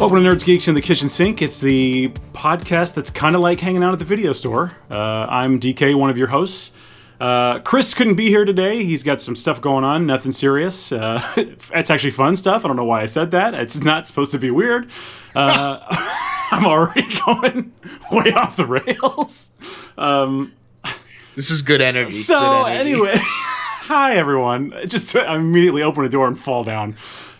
Welcome to Nerds, Geeks, and the Kitchen Sink. It's the podcast that's kind of like hanging out at the video store. Uh, I'm DK, one of your hosts. Uh, Chris couldn't be here today. He's got some stuff going on, nothing serious. Uh, it's actually fun stuff. I don't know why I said that. It's not supposed to be weird. Uh, I'm already going way off the rails. Um, This is good energy. so good energy. anyway, hi everyone. Just uh, I immediately open a door and fall down.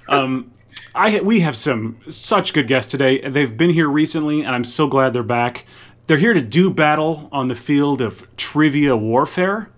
Um, I we have some such good guests today. They've been here recently, and I'm so glad they're back. They're here to do battle on the field of trivia warfare.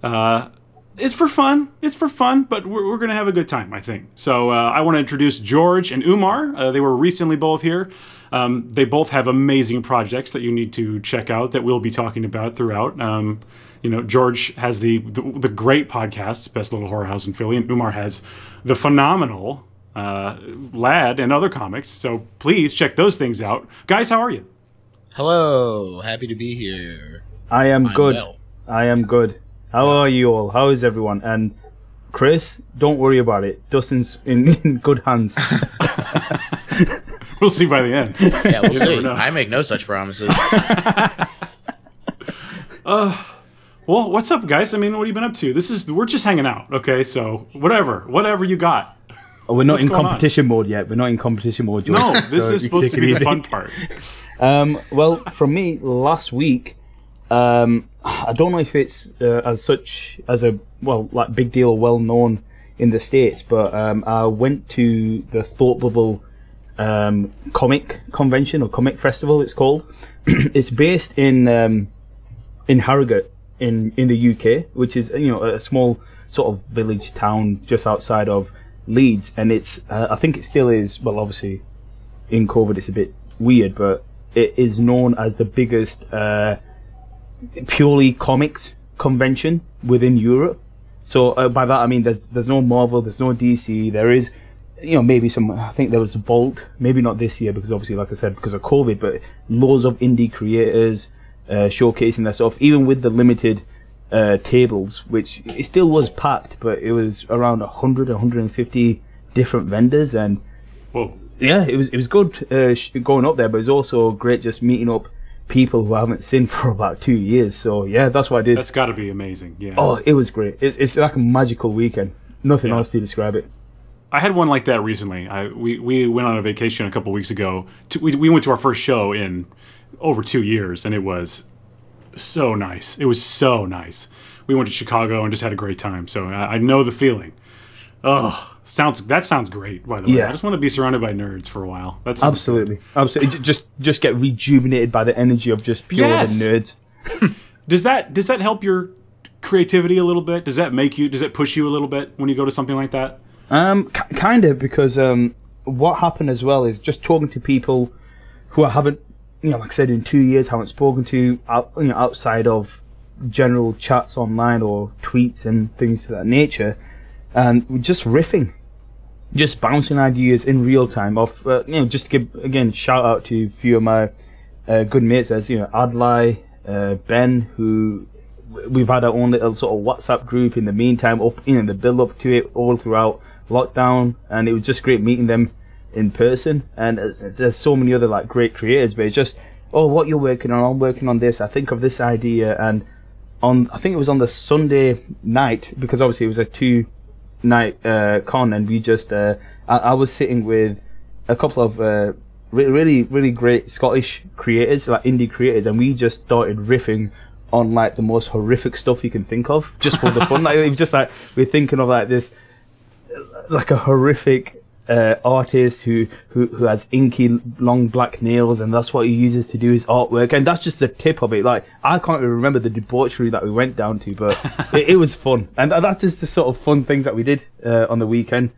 Uh, it's for fun. It's for fun, but we're, we're going to have a good time, I think. So uh, I want to introduce George and Umar. Uh, they were recently both here. Um, they both have amazing projects that you need to check out that we'll be talking about throughout. Um, you know, George has the, the the great podcast, Best Little Horror House in Philly, and Umar has the phenomenal uh, Lad and other comics. So please check those things out, guys. How are you? Hello, happy to be here. I am I'm good. well. I am good. How are you all? How is everyone? And Chris, don't worry about it. Dustin's in, in good hands. We'll see by the end. Yeah, we'll see. know. I make no such promises. Well, what's up, guys? I mean, what have you been up to? This is we're just hanging out, okay? So whatever, whatever you got. We're not in going on? competition mode yet. We're not in competition mode. George. No, this So is you can supposed to take it be the easy. fun part. Um, well, from me last week, um, I don't know if it's uh, as such as a well, like big deal, or well known in the states, but um, I went to the Thought Bubble um, comic convention or comic festival. It's called. it's based in um, in Harrogate in in the UK, which is you know a small sort of village town just outside of Leeds, and it's uh, I think it still is. Well, obviously in COVID it's a bit weird, but it is known as the biggest uh, purely comics convention within Europe. So uh, by that I mean there's there's no Marvel, there's no DC, there is you know maybe some I think there was Vault, maybe not this year because obviously like I said because of COVID, but loads of indie creators uh, showcasing their stuff, even with the limited. Uh, tables, which it still was packed, but it was around 100, 150 different vendors, and Whoa. yeah, it was it was good uh, sh- going up there, but it was also great just meeting up people who I haven't seen for about two years. So yeah, that's what I did. That's got to be amazing. Yeah. oh, it was great. It's it's like a magical weekend. Nothing else to describe it. I had one like that recently. I we, we went on a vacation a couple weeks ago. To, we, we went to our first show in over two years, and it was so nice. It was so nice. We went to Chicago and just had a great time. So I, I know the feeling. Oh, sounds that sounds great. By the way, Yeah. I just want to be surrounded by nerds for a while. That's Absolutely, absolutely. J- Just just get rejuvenated by the energy of just pure Yes. nerds. Does that does that help your creativity a little bit? Does that make you? Does it push you a little bit when you go to something like that? Um, k- kind of because um, what happened as well is just talking to people who I haven't, you know, like I said, in two years haven't spoken to, out, you know, outside of general chats online or tweets and things of that nature, and we're just riffing, just bouncing ideas in real time off. Uh, you know, just to give again shout out to a few of my uh, good mates as you know Adlai, uh, Ben, who w- we've had our own little sort of WhatsApp group in the meantime, up you know the build up to it all throughout lockdown, and it was just great meeting them in person. And there's, there's so many other like great creators, but it's just oh what you're working on, I'm working on this, I think of this idea, and on I think it was on the Sunday night because obviously it was a two night uh, con, and we just uh, I, I was sitting with a couple of uh, re- really really great Scottish creators, like indie creators, and we just started riffing on like the most horrific stuff you can think of, just for the fun. like it was just like we're thinking of like this, like a horrific. Uh, artist who, who who has inky long black nails and that's what he uses to do his artwork and that's just the tip of it like i can't even remember the debauchery that we went down to but it, it was fun and that- that's just the sort of fun things that we did uh, on the weekend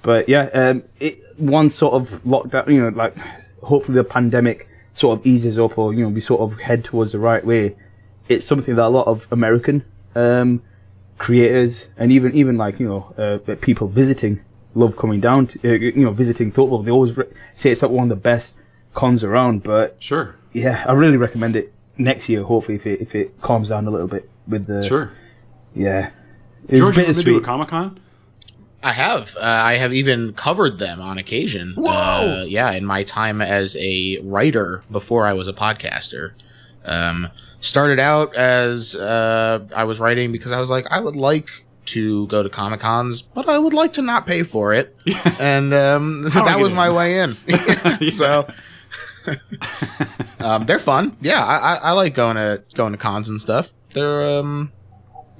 but yeah, um, it, once sort of lockdown, you know, like hopefully the pandemic sort of eases up, or you know, we sort of head towards the right way. It's something that a lot of American um, creators and even even like you know uh, the people visiting love coming down to uh, you know visiting Thoughtful. They always re- say it's like one of the best cons around. But Sure, yeah, I really recommend it next year. Hopefully, if it if it calms down a little bit with the sure. yeah, it was George, you ever been to a bittersweet. Comic Con? I have. Uh, I have even covered them on occasion. Whoa! Uh, yeah, in my time as a writer before I was a podcaster. Um, started out as uh, I was writing because I was like, I would like to go to Comic Cons, but I would like to not pay for it. and um, do I that get was my in? way in. So. um, they're fun. Yeah, I, I, I like going to going to cons and stuff. They're um,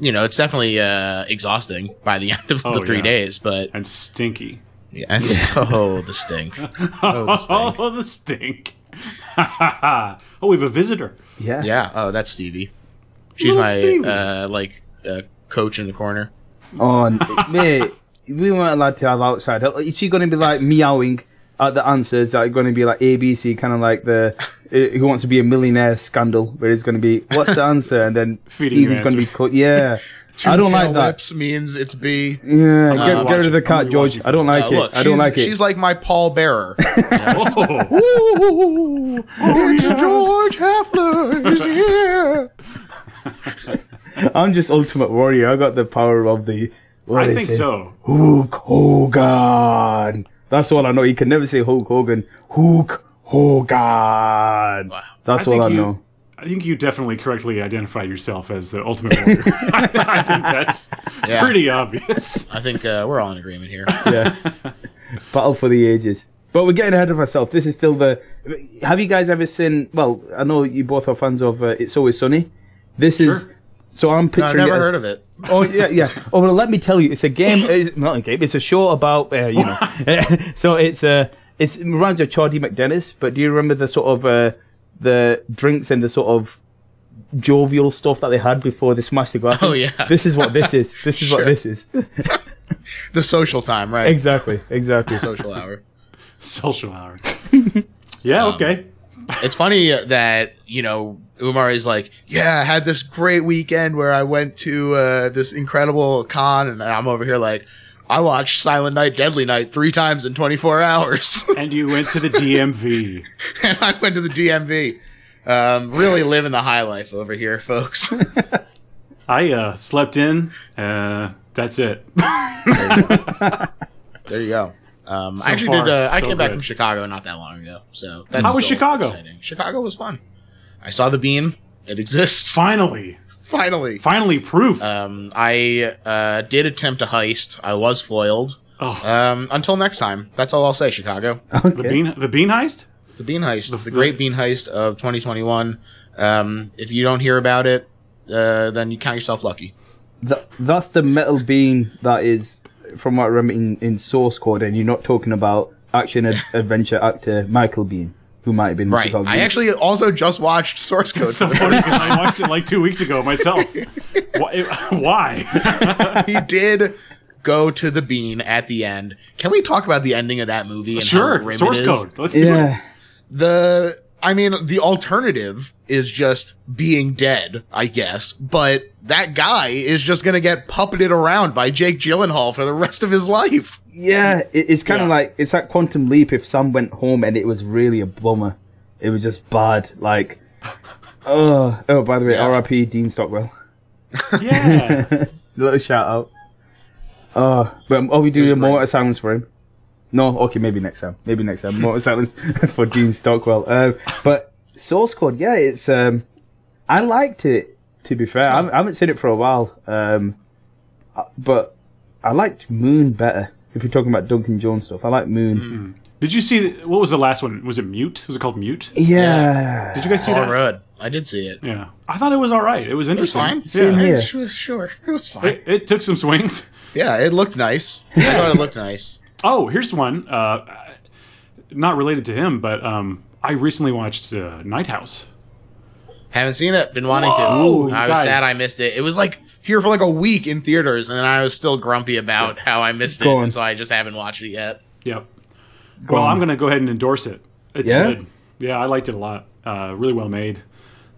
you know, it's definitely uh, exhausting by the end of Oh, the three yeah. days, but and stinky. yeah, and oh, the stink. Oh, the stink. Oh, the stink. oh, we have a visitor. Yeah. Yeah. Oh, that's Stevie. She's Little my Stevie. uh, like uh, coach in the corner. Oh, n- mate, we weren't allowed to have outside help. Is she going to be like meowing at the answers that are going to be like ABC, kind of like the uh, Who Wants to Be a Millionaire scandal, where it's going to be what's the answer, and then Feeding your Stevie's going to be answer. cut. Yeah, I don't like that. means it's B. gonna Yeah, get, get rid watch of the it. cat, I'm gonna George. watch it. I don't like Uh, it. look, I don't she's- like it. She's like my Paul Bearer. Oh, Oh, Ooh, it's George Hefner. He's here. I'm just Ultimate Warrior. I got the power of the. What do I they think say? so. Hulk Hogan. That's all I know. He can never say Hulk Hogan. Hulk Hogan. Wow. That's I all think I you- know. I think you definitely correctly identify yourself as the ultimate warrior. I, I think that's Yeah. pretty obvious. I think uh, we're all in agreement here. yeah. Battle for the ages. But we're getting ahead of ourselves. This is still the. Have you guys ever seen? Well, I know you both are fans of uh, It's Always Sunny. This is. Sure. So I'm I've picturing. never it as- heard of it. Oh yeah, yeah. Oh well, let me tell you, it's a game. It's not a game. It's a show about uh, you know. so it's uh, it's it reminds you of Charlie McDennis. But do you remember the sort of uh, the drinks and the sort of jovial stuff that they had before they smashed the glasses? Oh, yeah. This is what this is. This is Sure. what this is. The social time, right? exactly. Exactly. Social hour. Social hour. Yeah, okay. It's funny that, you know, Umar is like, yeah, I had this great weekend where I went to uh, this incredible con, and I'm over here like, I watched Silent Night, Deadly Night three times in 24 hours. And you went to the DMV. and I went to the DMV. Um, really living the high life over here, folks. I uh, slept in. Uh, that's it. there you go. Um, I actually far, did. Uh, I so came back good. from Chicago not that long ago, so that's How was still Chicago? exciting. Chicago was fun. I saw the beam. It exists Finally, finally. finally, proof. Um, I uh, did attempt a heist. I was foiled. oh, Um, until next time, that's all I'll say. Chicago, the bean, the bean heist. the bean heist, the, great bean heist of 2021. Um, if you don't hear about it, uh, then you count yourself lucky. Th- that's the metal bean that is, from what I remember in, in Source Code, and you're not talking about action ad- adventure actor Michael Bean, who might have been in Right. Chicago. I actually also just watched Source Code. So funny 'cause I watched it like two weeks ago myself. Why? why? he did go to the bean at the end. Can we talk about the ending of that movie? And how Sure, grim it source is? code. Let's do it. yeah. The I mean, the alternative is just being dead, I guess. But that guy is just gonna get puppeted around by Jake Gyllenhaal for the rest of his life. Yeah, it, it's kind Yeah. of like it's that quantum leap. If Sam went home and it was really a bummer, it was just bad. Like, oh, oh. By the way, Yeah. R.I.P. Dean Stockwell. Yeah. Little shout out. Oh, but are we doing a great. moment of silence for him? No, okay, maybe next time. Maybe next time. Moment of silence for Dean Stockwell. Uh, but Source Code, yeah, it's. Um, I liked it. To be fair, I haven't- I haven't seen it for a while. Um, uh, but I liked Moon better. If you're talking about Duncan Jones stuff, I like Moon. Did you see what was the last one? Was it mute? Was it called mute? Yeah. Did you guys see Paul that? Rudd. I did see it. Yeah, I thought it was all right. It was interesting. Fine. Same yeah. here. Sure, sure. It was fine. It, it took some swings. Yeah, it looked nice. I thought it looked nice. Oh, here's one. Uh, not related to him, but um, I recently watched uh, Night House. Haven't seen it. Been wanting Whoa, to. I was guys. sad I missed it. It was like here for like a week in theaters, and then I was still grumpy about how I missed it, Go on. and so I just haven't watched it yet. Yep. well, on. I'm going to go ahead and endorse it. It's Yeah? good. Yeah, I liked it a lot. Uh, really well made.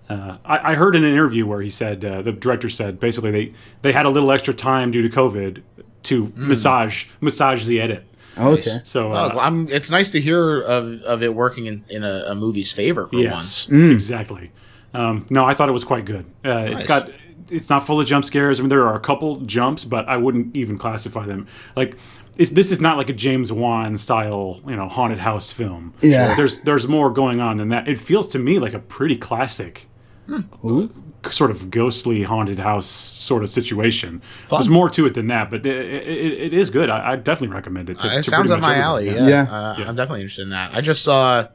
Uh, I, I heard in an interview where he said uh, the director said basically they, they had a little extra time due to COVID to Mm. massage massage the edit. Okay. So Oh, uh, well, I'm, it's nice to hear of, of it working in, in a, a movie's favor for yes, once. exactly. Um, no, I thought it was quite good. Uh, It's Mm. Nice. got it's not full of jump scares. I mean, there are a couple jumps, but I wouldn't even classify them. Like, it's, this is not like a James Wan style, you know, haunted house film. Yeah. there's there's more going on than that. It feels to me like a pretty classic, Hmm. uh, sort of ghostly haunted house sort of situation. There's more to it than that, but it, it, it is good. I, I definitely recommend it. To, Uh, it to sounds pretty up much my everyone. alley. Yeah. Yeah, Yeah. Uh, I'm definitely interested in that. I just saw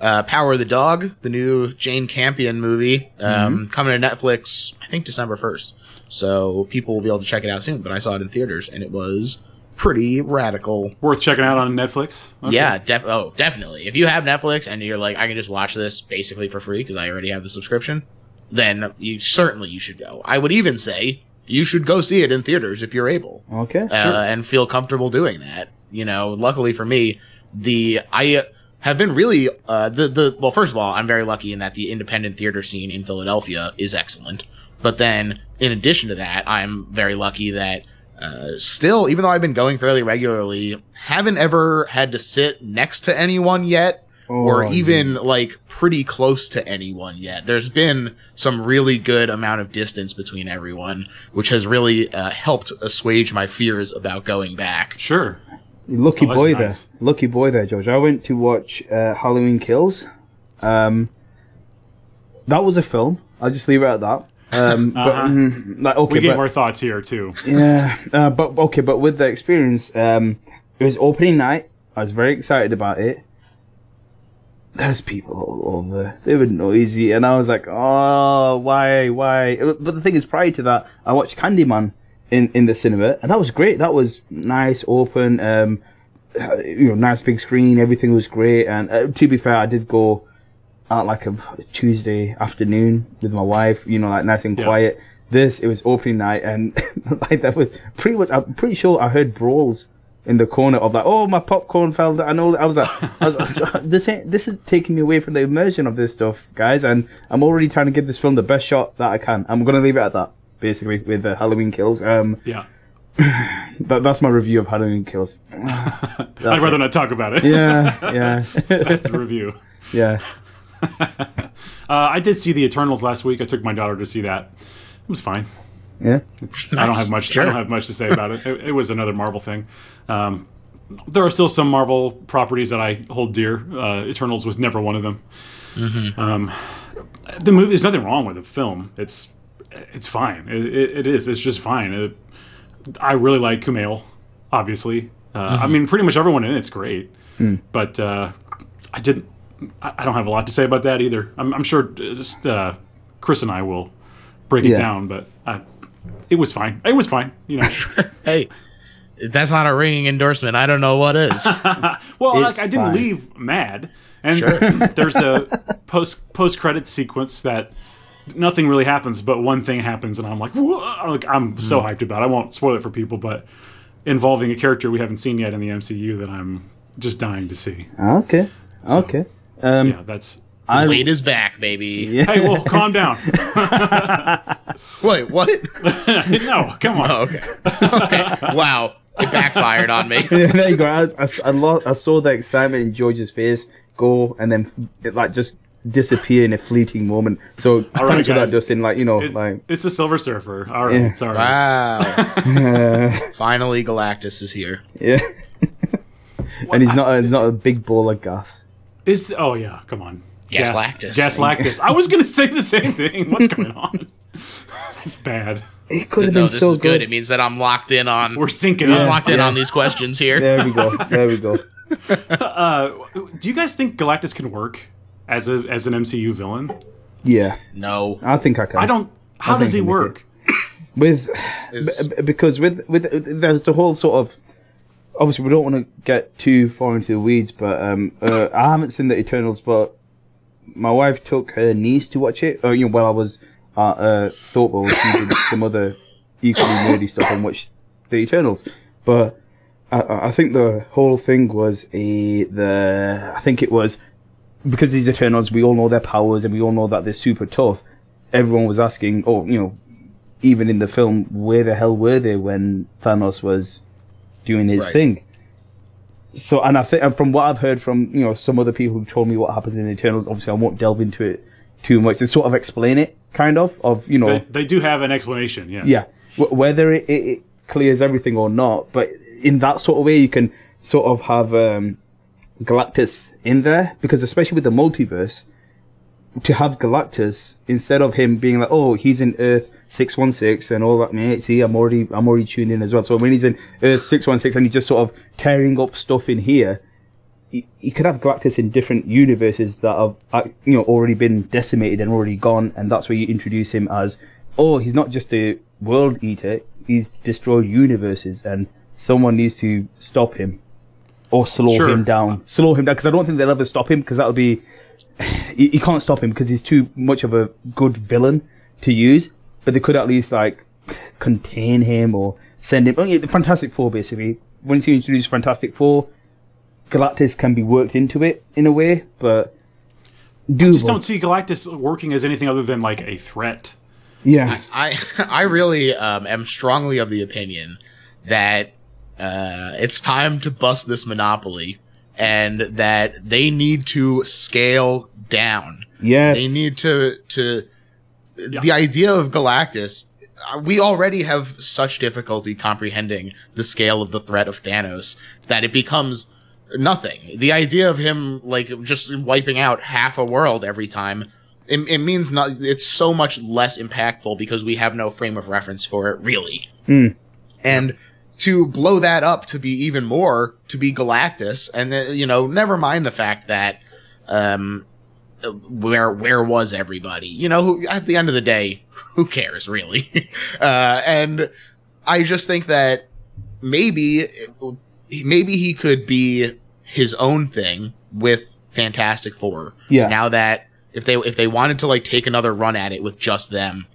uh, Power of the Dog, the new Jane Campion movie, Mm-hmm. um, coming to Netflix. I think December first, so people will be able to check it out soon. But I saw it in theaters, and it was pretty radical. worth checking out on Netflix. Okay. Yeah, def- oh, definitely. If you have Netflix and you're like, I can just watch this basically for free because I already have the subscription, then you certainly you should go. I would even say you should go see it in theaters if you're able Okay. uh, and feel comfortable doing that. You know, luckily for me, the I uh, have been really uh, the the well. First of all, I'm very lucky in that the independent theater scene in Philadelphia is excellent. But then, in addition to that, I'm very lucky that uh, still, even though I've been going fairly regularly, haven't ever had to sit next to anyone yet. or Oh, even like pretty close to anyone yet. There's been some really good amount of distance between everyone, which has really uh, helped assuage my fears about going back. sure. Lucky Oh, that's boy nice. there. Lucky boy there, George. I went to watch uh, Halloween Kills. Um, that was a film. I'll just leave it at that. Um, but Uh-huh. mm, like okay, We gave but, our thoughts here too. yeah, uh, but okay, but with the experience, um, it was opening night. I was very excited about it. There's people all over. They were noisy, and I was like, "Oh, why, why?" Uh, But the thing is, prior to that, I watched Candyman in in the cinema, and that was great. That was nice, open, um, you know, nice big screen. Everything was great. And uh, to be fair, I did go out like a Tuesday afternoon with my wife, you know, like nice and Yeah. quiet. This, it was opening night and like that was pretty much, I'm pretty sure I heard brawls in the corner of like, oh, my popcorn fell down. And all, that. I was like, I was, I was- this ain't, this is taking me away from the immersion of this stuff, guys. And I'm already trying to give this film the best shot that I can. I'm going to leave it at that, basically, with the Halloween kills. Um, Yeah. that, that's my review of Halloween kills. I'd rather not talk about it. Yeah, yeah, That's the review. yeah. Uh, I did see the Eternals last week. I took my daughter to see that. It was fine. Yeah. I don't have much. I Sure. don't have much to say about it. it. It was another Marvel thing. Um, there are still some Marvel properties that I hold dear. Uh, Eternals was never one of them. Um, the movie. There's nothing wrong with the film. It's it's fine. It, it, it is. It's just fine. It, I really like Kumail. Obviously, uh, I mean, pretty much everyone in it's great. But uh, I didn't. I I don't have a lot to say about that either. I'm, I'm sure uh, just uh, Chris and I will break it Yeah. down, but I, it was fine. It was fine, you know. Hey, if that's not a ringing endorsement. I don't know what is. Well, It's like, I didn't fine. leave mad, and there's a post post credit sequence that nothing really happens, but one thing happens, and I'm like, "Whoa," like I'm so Hmm. hyped about. it. I won't spoil it for people, but involving a character we haven't seen yet in the MCU that I'm just dying to see. Ah, Okay. Okay. Um, Yeah, that's. Wade is back, baby. Hey, well, calm down. Wait, what? no, come on. Oh, okay. okay. Wow, it backfired on me. Yeah, there you go. I, I, I, lo- I saw the excitement in George's face go and then it, like just disappear in a fleeting moment. So right, thanks for that, guys. Dustin. Like you know, It- like it's the Silver Surfer. All right, Yeah. sorry. Wow. Finally, Galactus is here. yeah. and he's not a, he's not a big ball of gas. Is oh yeah, come on. Gas lactis. Gas lactis. I was gonna say the same thing. What's going on? That's bad. It could have No, been this so is good. good. It means that I'm locked in on. We're sinking I'm up. locked in on these questions here. There we go. There we go. Do you guys think Galactus can work as a as an MCU villain? Yeah, No. I think I can. I don't. How I does think he he can work? with It's- b- because with, with with- there's the whole sort of obviously we don't want to get too far into the weeds, but um, uh, I haven't seen the Eternals, but my wife took her niece to watch it. Uh, you know, while I was at uh, Thorpe, I was using some other equally nerdy stuff and watched the Eternals, but. I- I, I think the whole thing was a the I think it was because these Eternals we all know their powers and we all know that they're super tough. Everyone was asking, oh, you know, even in the film, where the hell were they when Thanos was doing his Right. thing? So, and I think, and from what I've heard from you know some other people who told me what happens in Eternals, obviously I won't delve into it too much. They sort of explain it kind of of you know They, they do have an explanation. Yes. yeah Wh- whether it, it, it clears everything or not but in that sort of way you can sort of have um, galactus in there because especially with the multiverse to have galactus instead of him being like oh he's in earth 616 and all that mate see i'm already i'm already tuned in as well so when he's in earth 616 and he's just sort of tearing up stuff in here you, you could have galactus in different universes that have uh, you know already been decimated and already gone and that's where you introduce him as oh, he's not just a world eater, he's destroyed universes, and someone needs to stop him or slow Sure. him down. Slow him down, because I don't think they'll ever stop him, because that'll be. You you can't stop him because he's too much of a good villain to use, but they could at least, like, contain him or send him. Oh, yeah, the Fantastic Four, basically. Once you introduce Fantastic Four, Galactus can be worked into it in a way, but. Do Just don't see Galactus working as anything other than like a threat. yeah. I I really um, am strongly of the opinion that uh, it's time to bust this monopoly and that they need to scale down. Yes. They need to to the idea of Galactus. uh, We already have such difficulty comprehending the scale of the threat of Thanos that it becomes nothing. The idea of him like just wiping out half a world every time it, it means not. It's so much less impactful because we have no frame of reference for it really. And to blow that up to be even more to be Galactus, and uh, you know, never mind the fact that um, where where was everybody? You know, who, at the end of the day, who cares really? uh, and I just think that maybe maybe he could be his own thing with Fantastic Four. Yeah. Now that if they if they wanted to like take another run at it with just them,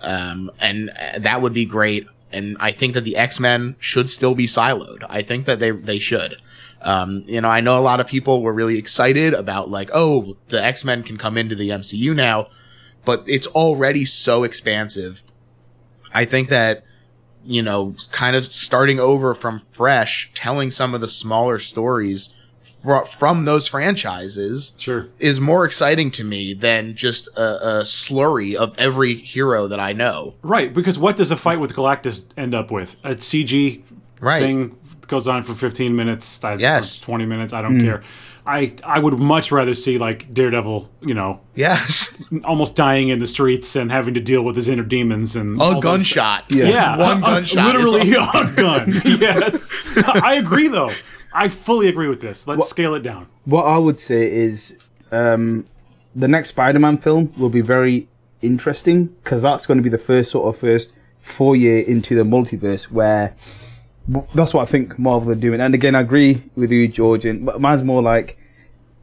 um, and uh, that would be great. And I think that the X Men should still be siloed. I think that they they should. Um, you know, I know a lot of people were really excited about like, oh, the X Men can come into the MCU now, but it's already so expansive. I think that you know, kind of starting over from fresh, telling some of the smaller stories fr- from those franchises Sure. is more exciting to me than just a, a slurry of every hero that I know. Right, because what does a fight with Galactus end up with? A CG Right. thing goes on for 15 minutes, I, Yes. or 20 minutes, I don't care. I I would much rather see like Daredevil, you know, Yes, almost dying in the streets and having to deal with his inner demons and all a those- gunshot. Yeah, one a- a- gunshot. is Literally all- a gun. Yes, I agree though. I fully agree with this. Let's scale it down. what I would say is um, the next Spider-Man film will be very interesting because that's going to be the first sort of first foyer into the multiverse where w- that's what I think Marvel are doing. And again, I agree with you, George. And but mine's more like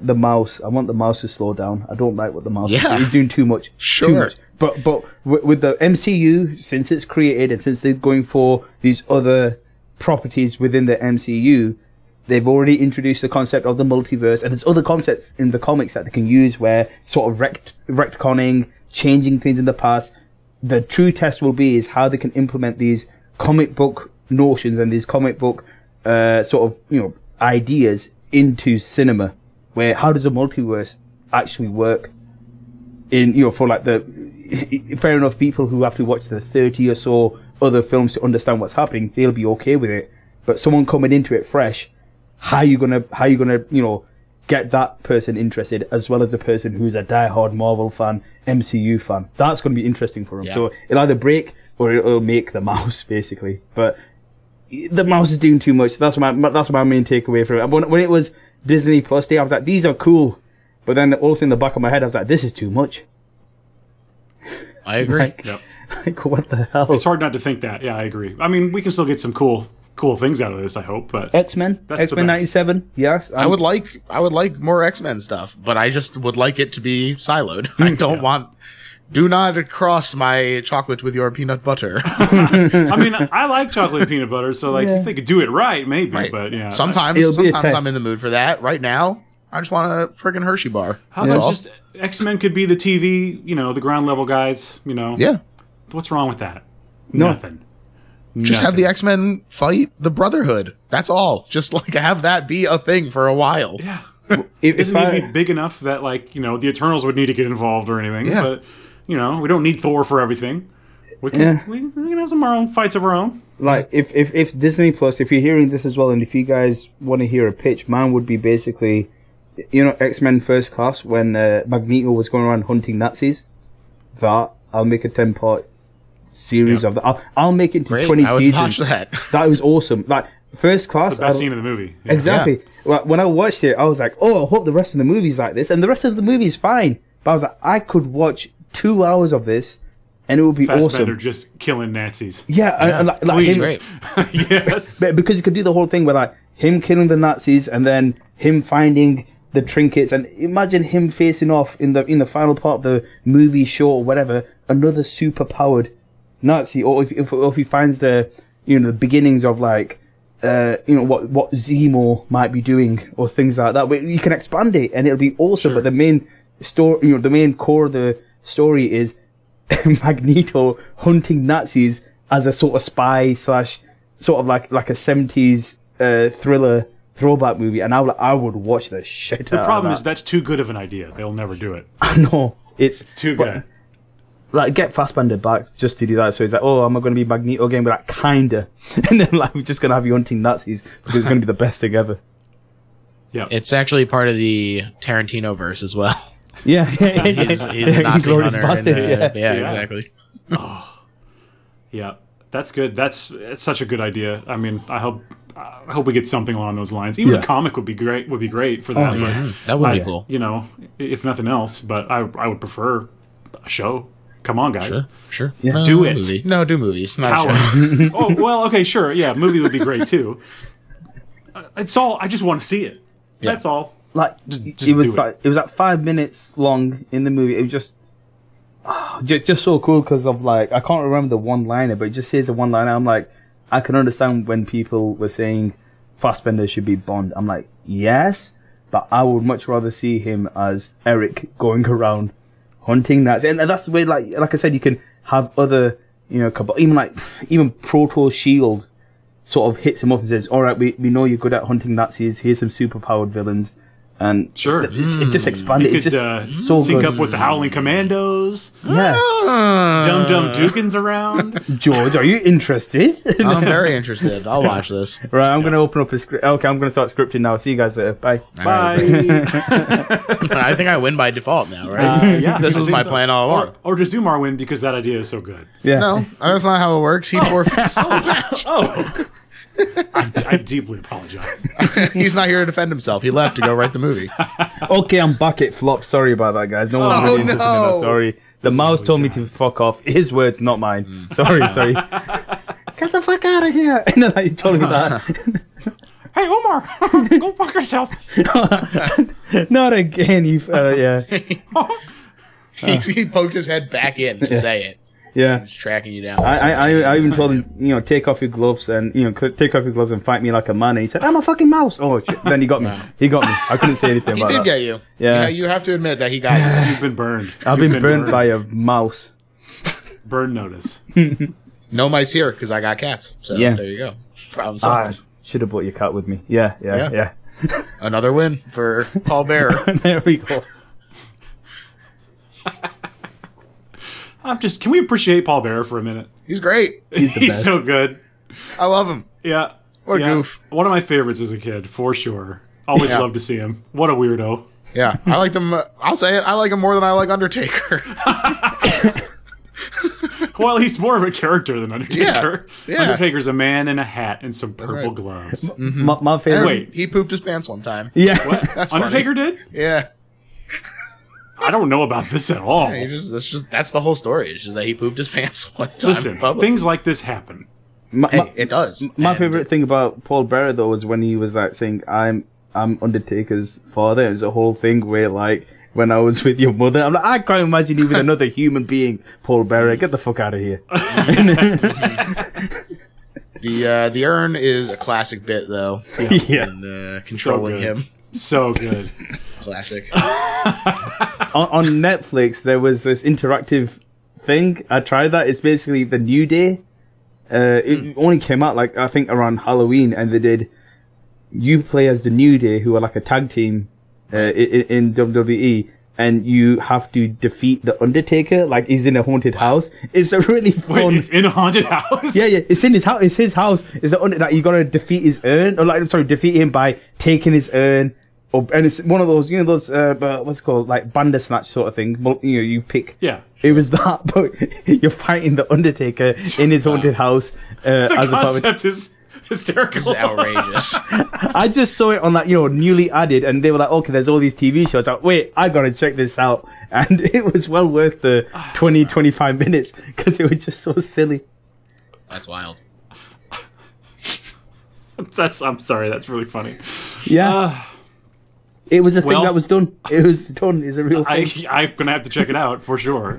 the mouse. I want the mouse to slow down. I don't like what the mouse is Yeah. doing. He's doing too much. Sure. Too much. But but with, with the MCU, since it's created and since they're going for these other properties within the MCU, they've already introduced the concept of the multiverse, and there's other concepts in the comics that they can use where sort of rect- retconning, changing things in the past. The true test will be is how they can implement these comic book notions and these comic book uh, sort of you know ideas into cinema. Where how does a multiverse actually work? in you know for like the fair enough people who have to watch the 30 or so other films to understand what's happening they'll be okay with it but someone coming into it fresh how you gonna how you gonna you know get that person interested as well as the person who's a diehard marvel fan mcu fan that's gonna be interesting for them so it'll either break or it'll make the mouse basically but the mouse is doing too much that's my that's my main takeaway from it when, when it was disney plus day i was like these are cool but then also in the back of my head, I was like, this is too much. I agree. Like, what the hell? It's hard not to think that. Yeah, I agree. I mean, we can still get some cool cool things out of this. I hope, but X Men? That's the X Men best. 97? Yes. I would like I would like more X Men stuff, but I just would like it to be siloed. I don't want. Do not cross my chocolate with your peanut butter. I mean, I like chocolate and peanut butter, so like if they could do it right, maybe. Right. But yeah, sometimes It'll be a sometimes test. I'm in the mood for that. Right now, I just want a friggin' Hershey bar. how That's about all. just X Men could be the TV, you know, the ground level guys, you know. yeah. What's wrong with that? Nothing. Just have the X Men fight the Brotherhood. That's all. Just like have that be a thing for a while. Yeah. If, if Isn't I, it big enough that like you know the Eternals would need to get involved or anything? Yeah. But You know, we don't need Thor for everything. We can Yeah. we, we can have some of our own fights of our own. like if, if if Disney Plus, if you're hearing this as well, and if you guys want to hear a pitch, mine would be basically, you know, X Men First Class when uh, Magneto was going around hunting Nazis. That I'll make a ten part series of that. I'll, I'll make it to Great. twenty I would watch seasons. that. That was awesome. Like First Class, It's the best I- scene in the movie. Yeah. exactly. Like, When I watched it, I was like, oh, I hope the rest of the movie's like this, and the rest of the movie's fine. But I was like, I could watch two hours of this, and it would be Fassbender awesome. just killing Nazis. Yeah, and- and like, like him- Please. yes. But because you could do the whole thing with like him killing the Nazis and then him finding the trinkets and imagine him facing off in the in the final part of the movie show or whatever another super powered Nazi or if, if or if he finds the you know the beginnings of like uh you know what what Zemo might be doing or things like that but you can expand it and it'll be awesome but the main story you know the main core of the story is Magneto hunting Nazis as a sort of spy slash sort of like like a seventies uh, thriller throwback movie, and I would I would watch the shit. The problem is that's too good of an idea. They'll never do it. no, it's, Too but, good. Like get Fassbender back just to do that. So he's like, oh, am I going to be Magneto again? But like kinda, and then like we're just going to have you hunting Nazis because it's going to be the best thing ever. Yeah. It's actually part of the Tarantino verse as well. Yeah, yeah, yeah, He's, he's a Nazi Inglourious hunter. and, Basterds, uh, yeah. yeah, Yeah. exactly. Yeah, that's good. That's it's such a good idea. I mean, I hope I hope we get something along those lines. Even Yeah. Oh, a comic would be great. Would be great for that. but Mm, That would be I- cool. You know, if nothing else, but I I would prefer a show. Come on, guys. Sure, sure. Yeah. Uh, Do it. movie. No, do movies. Not Power. a show. oh well, okay, sure. Yeah, movie would be great too. Uh, It's all. I just want to see it. That's all. like just it do was it. like it. was like five minutes long in the movie. It was just just, just so cool because of like I can't remember the one liner, but it just says the one liner. I'm like, I can understand when people were saying Fassbender should be Bond. I'm like, yes, but I would much rather see him as Eric going around hunting that. And that's the way, like like I said, you can have other you know cabal- even like even Proto Shield E sort of hits him up and says, "All right, we, we know you're good at hunting Nazis. Here's some superpowered villains." And Sure. it, it just expanded. Hmm. Could It just uh, so sync good. up with the Howling Commandos. yeah, Uh, Dumb Dumb Dukins around. George, are you interested? Uh, I'm very interested. I'll watch this. right, I'm gonna open up a script. Okay, I'm gonna start scripting now. See you guys later. Bye. Bye. I think I win by default now, right? Uh, yeah, This I was think my plan all Or, along. or does Umar win because that idea is so good? Yeah. No, that's not how it works. He forfeits. the match. Oh, I, I deeply apologize. He's not here to defend himself. He left to go write the movie. Okay, I'm back. It flopped. Sorry about that, guys. No one's Oh, really interested in that. no. Sorry. The mouse always told me sad. to fuck off. His words, not mine. Sorry, sorry. Get the fuck out of here! And then like, he told me that. Hey, Umar, go fuck yourself. Not again. You. Uh, yeah. He, he poked his head back in to say it. Yeah. He's tracking you down. I, I, I- I even told him, you know, take off your gloves and you know, cl- take off your gloves and fight me like a man. And he said, "I'm a fucking mouse." Oh, shit. then he got me. He got me. I couldn't say anything he about did that. get you. Yeah. you have to admit that he got you. You've been burned. I've You've been burned by a mouse. burn notice. No mice here because I got cats. So Yeah. there you go. Problem Ah, solved. should have bought your cat with me. Yeah, yeah, yeah. Yeah. Another win for Paul Bearer. there we go. I'm just. Can we appreciate Paul Bearer for a minute? He's great. He's, best. so good. I love him. Yeah. What a yeah. goof. One of my favorites as a kid, for sure. Always Yeah. loved to see him. What a weirdo. Yeah, I like him. uh, I'll say it. I like him more than I like Undertaker. Well, he's more of a character than Undertaker. Yeah. Yeah. Undertaker's a man in a hat and some purple right. gloves. My, my favorite. Wait. he pooped his pants one time. Yeah. What? Undertaker did? Yeah, I don't know about this at all. he just that's just that's the whole story. It's just that he pooped his pants one time. Listen, in public. things like this happen. My, Hey, my, it does. my And favorite thing about Paul Bearer though was when he was like saying, "I'm I'm Undertaker's father." It was a whole thing where like. When I was with your mother, I'm like, I can't imagine you with another human being, Paul Bearer. Get the fuck out of here. The uh, the urn is a classic bit though. yeah. And, uh, controlling good. him, So good. classic. on, on Netflix, there was this interactive thing. I tried that. It's basically the New Day. Uh, it only came out like I think around Halloween, and they did. You play as the New Day, who are like a tag team uh, in, in WWE, and you have to defeat the Undertaker. Like he's in a haunted house. It's a really Wait, fun. it's in a haunted house. yeah, yeah, it's in his house. It's his house. It's the under that you gotta defeat his urn, or like I'm sorry, defeat him by taking his urn, or and it's one of those, you know, those uh, uh, what's it called like bandersnatch sort of thing. Well, you know, you pick. Yeah. It was that, but you're fighting the Undertaker in his haunted house Ah. uh, The as a puppet. concept is hysterical. It's outrageous. I just saw it on like you know newly added, and they were like, okay, there's all these TV shows. Like, wait, I gotta check this out, and it was well worth the 20, 25 minutes because it was just so silly. That's wild. That's. I'm sorry. That's really funny. Yeah, it was a thing Ah. well- that was done. It was done. It's a real I, thing. I'm gonna have to check it out for sure.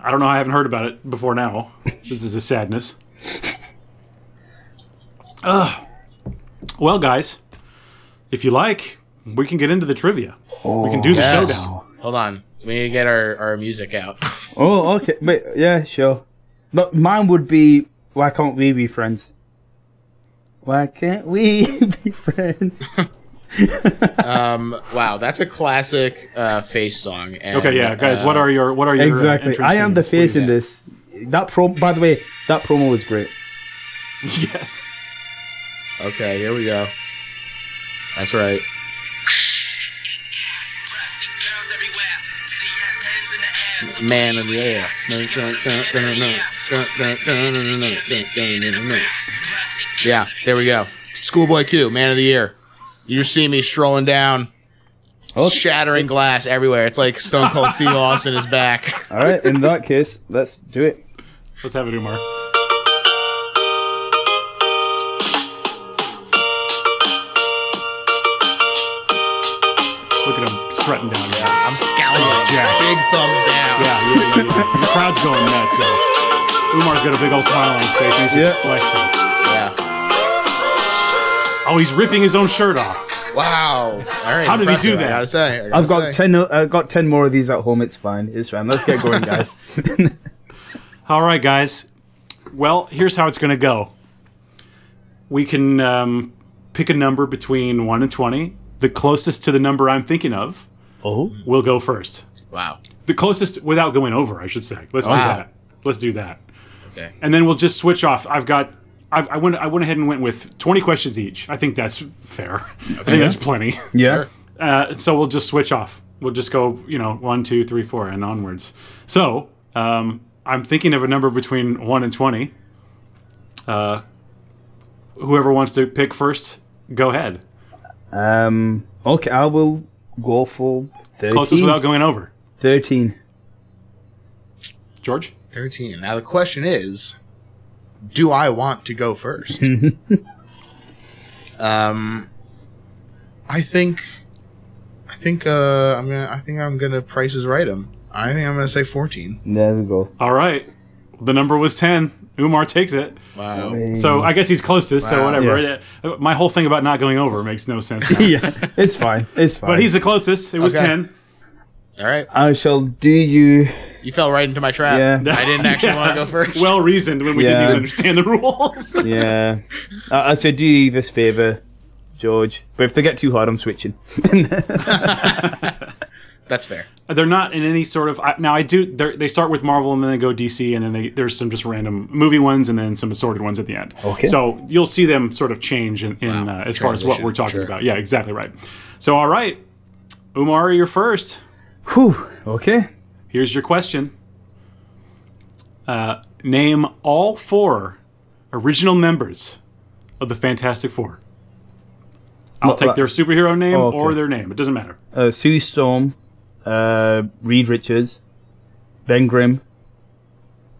I don't know. I haven't heard about it before now. This is a sadness. Ugh. Well, guys, if you like, we can get into the trivia. we can do the Oh, Yes. showdown. Hold on. We need to get our, our music out. Oh, okay, wait, yeah, sure. Look, mine would be why can't we be friends? Why can't we be friends? Um, wow, that's a classic uh, face song. And, Okay, yeah, guys. uh, what are your what are your uh, exactly. entrance I am the themes, face in please? this. That promo, by the way, that promo was great. Yes. Okay, here we go. That's right. Man in the air. Yeah, there we go. Schoolboy Q, man of the year. You see me strolling down, shattering glass everywhere. It's like Stone Cold Steve Austin is back. All right, in that case, let's do it. Let's have it, Umar. Look at him strutting down here. I'm scowling. Yeah. Big thumbs down. Yeah, yeah, yeah, yeah. the crowd's going nuts. Yeah. Umar's got a big old smile on his face. He's just Yeah. flexing. Yeah. Oh, he's ripping his own shirt off. Wow. All right. How did he do impressive, I that? gotta say. I gotta I've got say. ten. o- I've got ten more of these at home. It's fine. It's fine. Let's get going, guys. All right, guys. Well, here's how it's going to go. We can um, pick a number between one and twenty. The closest to the number I'm thinking of oh, will go first. Wow. the closest without going over i should say let's do Wow. that let's do that Okay. and then we'll just switch off i've got I've, i went i went ahead and went with 20 questions each i think that's fair i think that's plenty yeah. uh, so we'll just switch off we'll just go you know one two three four and onwards so um, i'm thinking of a number between 1 and 20 uh, whoever wants to pick first go ahead Um. Okay, I will go for closest thirteen. without going over thirteen. george 13. Now the question is, do I want to go first? um I think I think uh I'm going to I think I'm going to prices right him. I think I'm going to say 14. There we go. all right the number was 10 umar takes it Wow. Oh, So Mm. I guess he's closest. So Wow. whatever. Uh, My whole thing about not going over makes no sense. now. yeah, it's fine. It's fine. but he's the closest. It was Okay. ten. All right. I shall do you. You fell right into my trap. Yeah. I didn't actually want to go first. Well reasoned when we Yeah. didn't even understand the rules. Yeah. I, I shall do you this favor, George. But if they get too hard, I'm switching. that's fair. They're not in any sort of. I- Now I do. they're- They start with Marvel and then they go DC and then they, there's some just random movie ones and then some assorted ones at the end. Okay. So you'll see them sort of change in, in Wow. uh, as far as what we're Transition, talking sure. about. Yeah, exactly right. So all right, Umar, you're first. Whew. Okay. Here's your question. Uh, name all four original members of the Fantastic Four. I'll Well, take their that's- superhero name oh, Uh, okay. or their name. It doesn't matter. Uh, Sue Storm, uh, Reed Richards, Ben Grimm,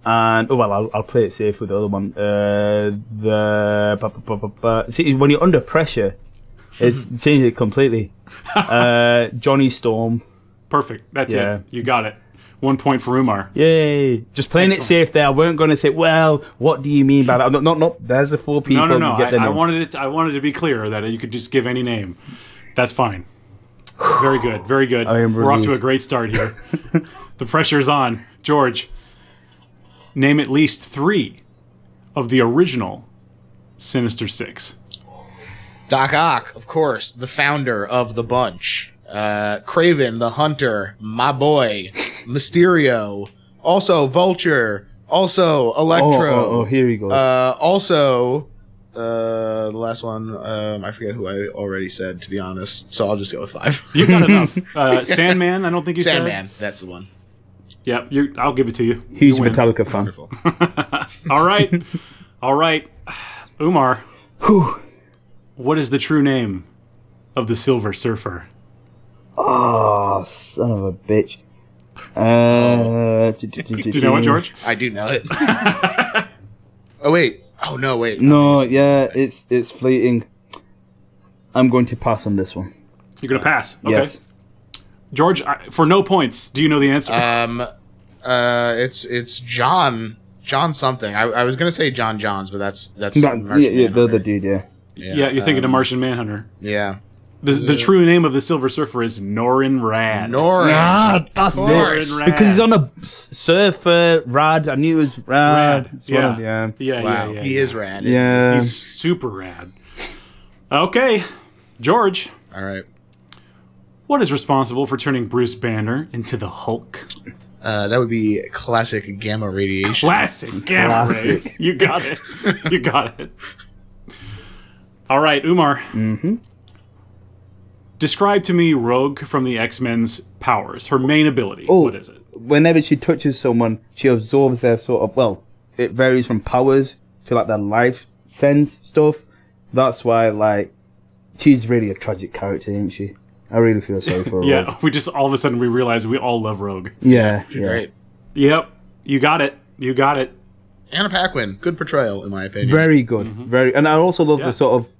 and oh well, I'll, I'll play it safe with the other one. Uh, the bu- bu- bu- bu- bu- see when you're under pressure, it's changed it completely. Uh, Johnny Storm, Perfect. That's Yeah. it. You got it. One point for Umar. yay! Just playing it safe there. I weren't going to say, well, what do you mean by that? Not, not, not. There's the four people. No, no, no. you get I, their I names. wanted it. I wanted to be clear that you could just give any name. That's fine. Very good. Very good. I am We're off to a relieved. great start here. the pressure's on. George, name at least three of the original Sinister Six. Doc Ock, of course, the founder of the bunch. uh, Craven the Hunter, my boy, Mysterio, also Vulture, also Oh, Electro. oh, oh, here he goes. Uh, also, uh, the last one, um, I forget who I already said, to be honest. So I'll just go with five. You got enough. Uh, Sandman, I don't think you Sandman, that's the one. said. Yep, you, I'll give it to you. Huge Metallica fan. Wonderful. All right. All right. Umar. Whew. What is the true name of the Silver Surfer? Ah, son of a bitch. Uh, do, Do you know what, George? I do know it. oh wait. Oh no, wait. No, yeah, it's it's fleeting. I'm going to pass on this one. You're going to pass. Okay. Yes. George, I, for no points, do you know the answer? Um, uh, it's it's John John something. I, I was gonna say John Johns, but that's that's That- Martian yeah, yeah, the Manhunter. other dude, yeah. yeah, you're um, thinking of Martian Manhunter. yeah. The, the true name of the Silver Surfer is Norin Rad. uh, Nor that's it. course. Norin Rad. Because he's on a s- surfer, rad. I knew it was rad. Rad. It's one Yeah. of- Yeah, yeah, wow, yeah, he yeah. is rad. yeah. He's super rad. Okay. George, All right. what is responsible for turning Bruce Banner into the Hulk? Uh, that would be classic gamma radiation. Classic gamma Classic. rays. You got it. You got it. All right, Umar. Mm-hmm. Describe to me Rogue from the X Men's powers, her main ability. Oh. What is it? Whenever she touches someone, she absorbs their sort of well. It varies from powers to like their life sense stuff. That's why like she's really a tragic character, isn't she? I really feel sorry for her. Yeah, we just all of a sudden we realize we all love Rogue. yeah, yeah. Great. Yep, you got it. You got it. Anna Paquin, good portrayal in my opinion. Very good, very, and I also love Yeah. the sort of,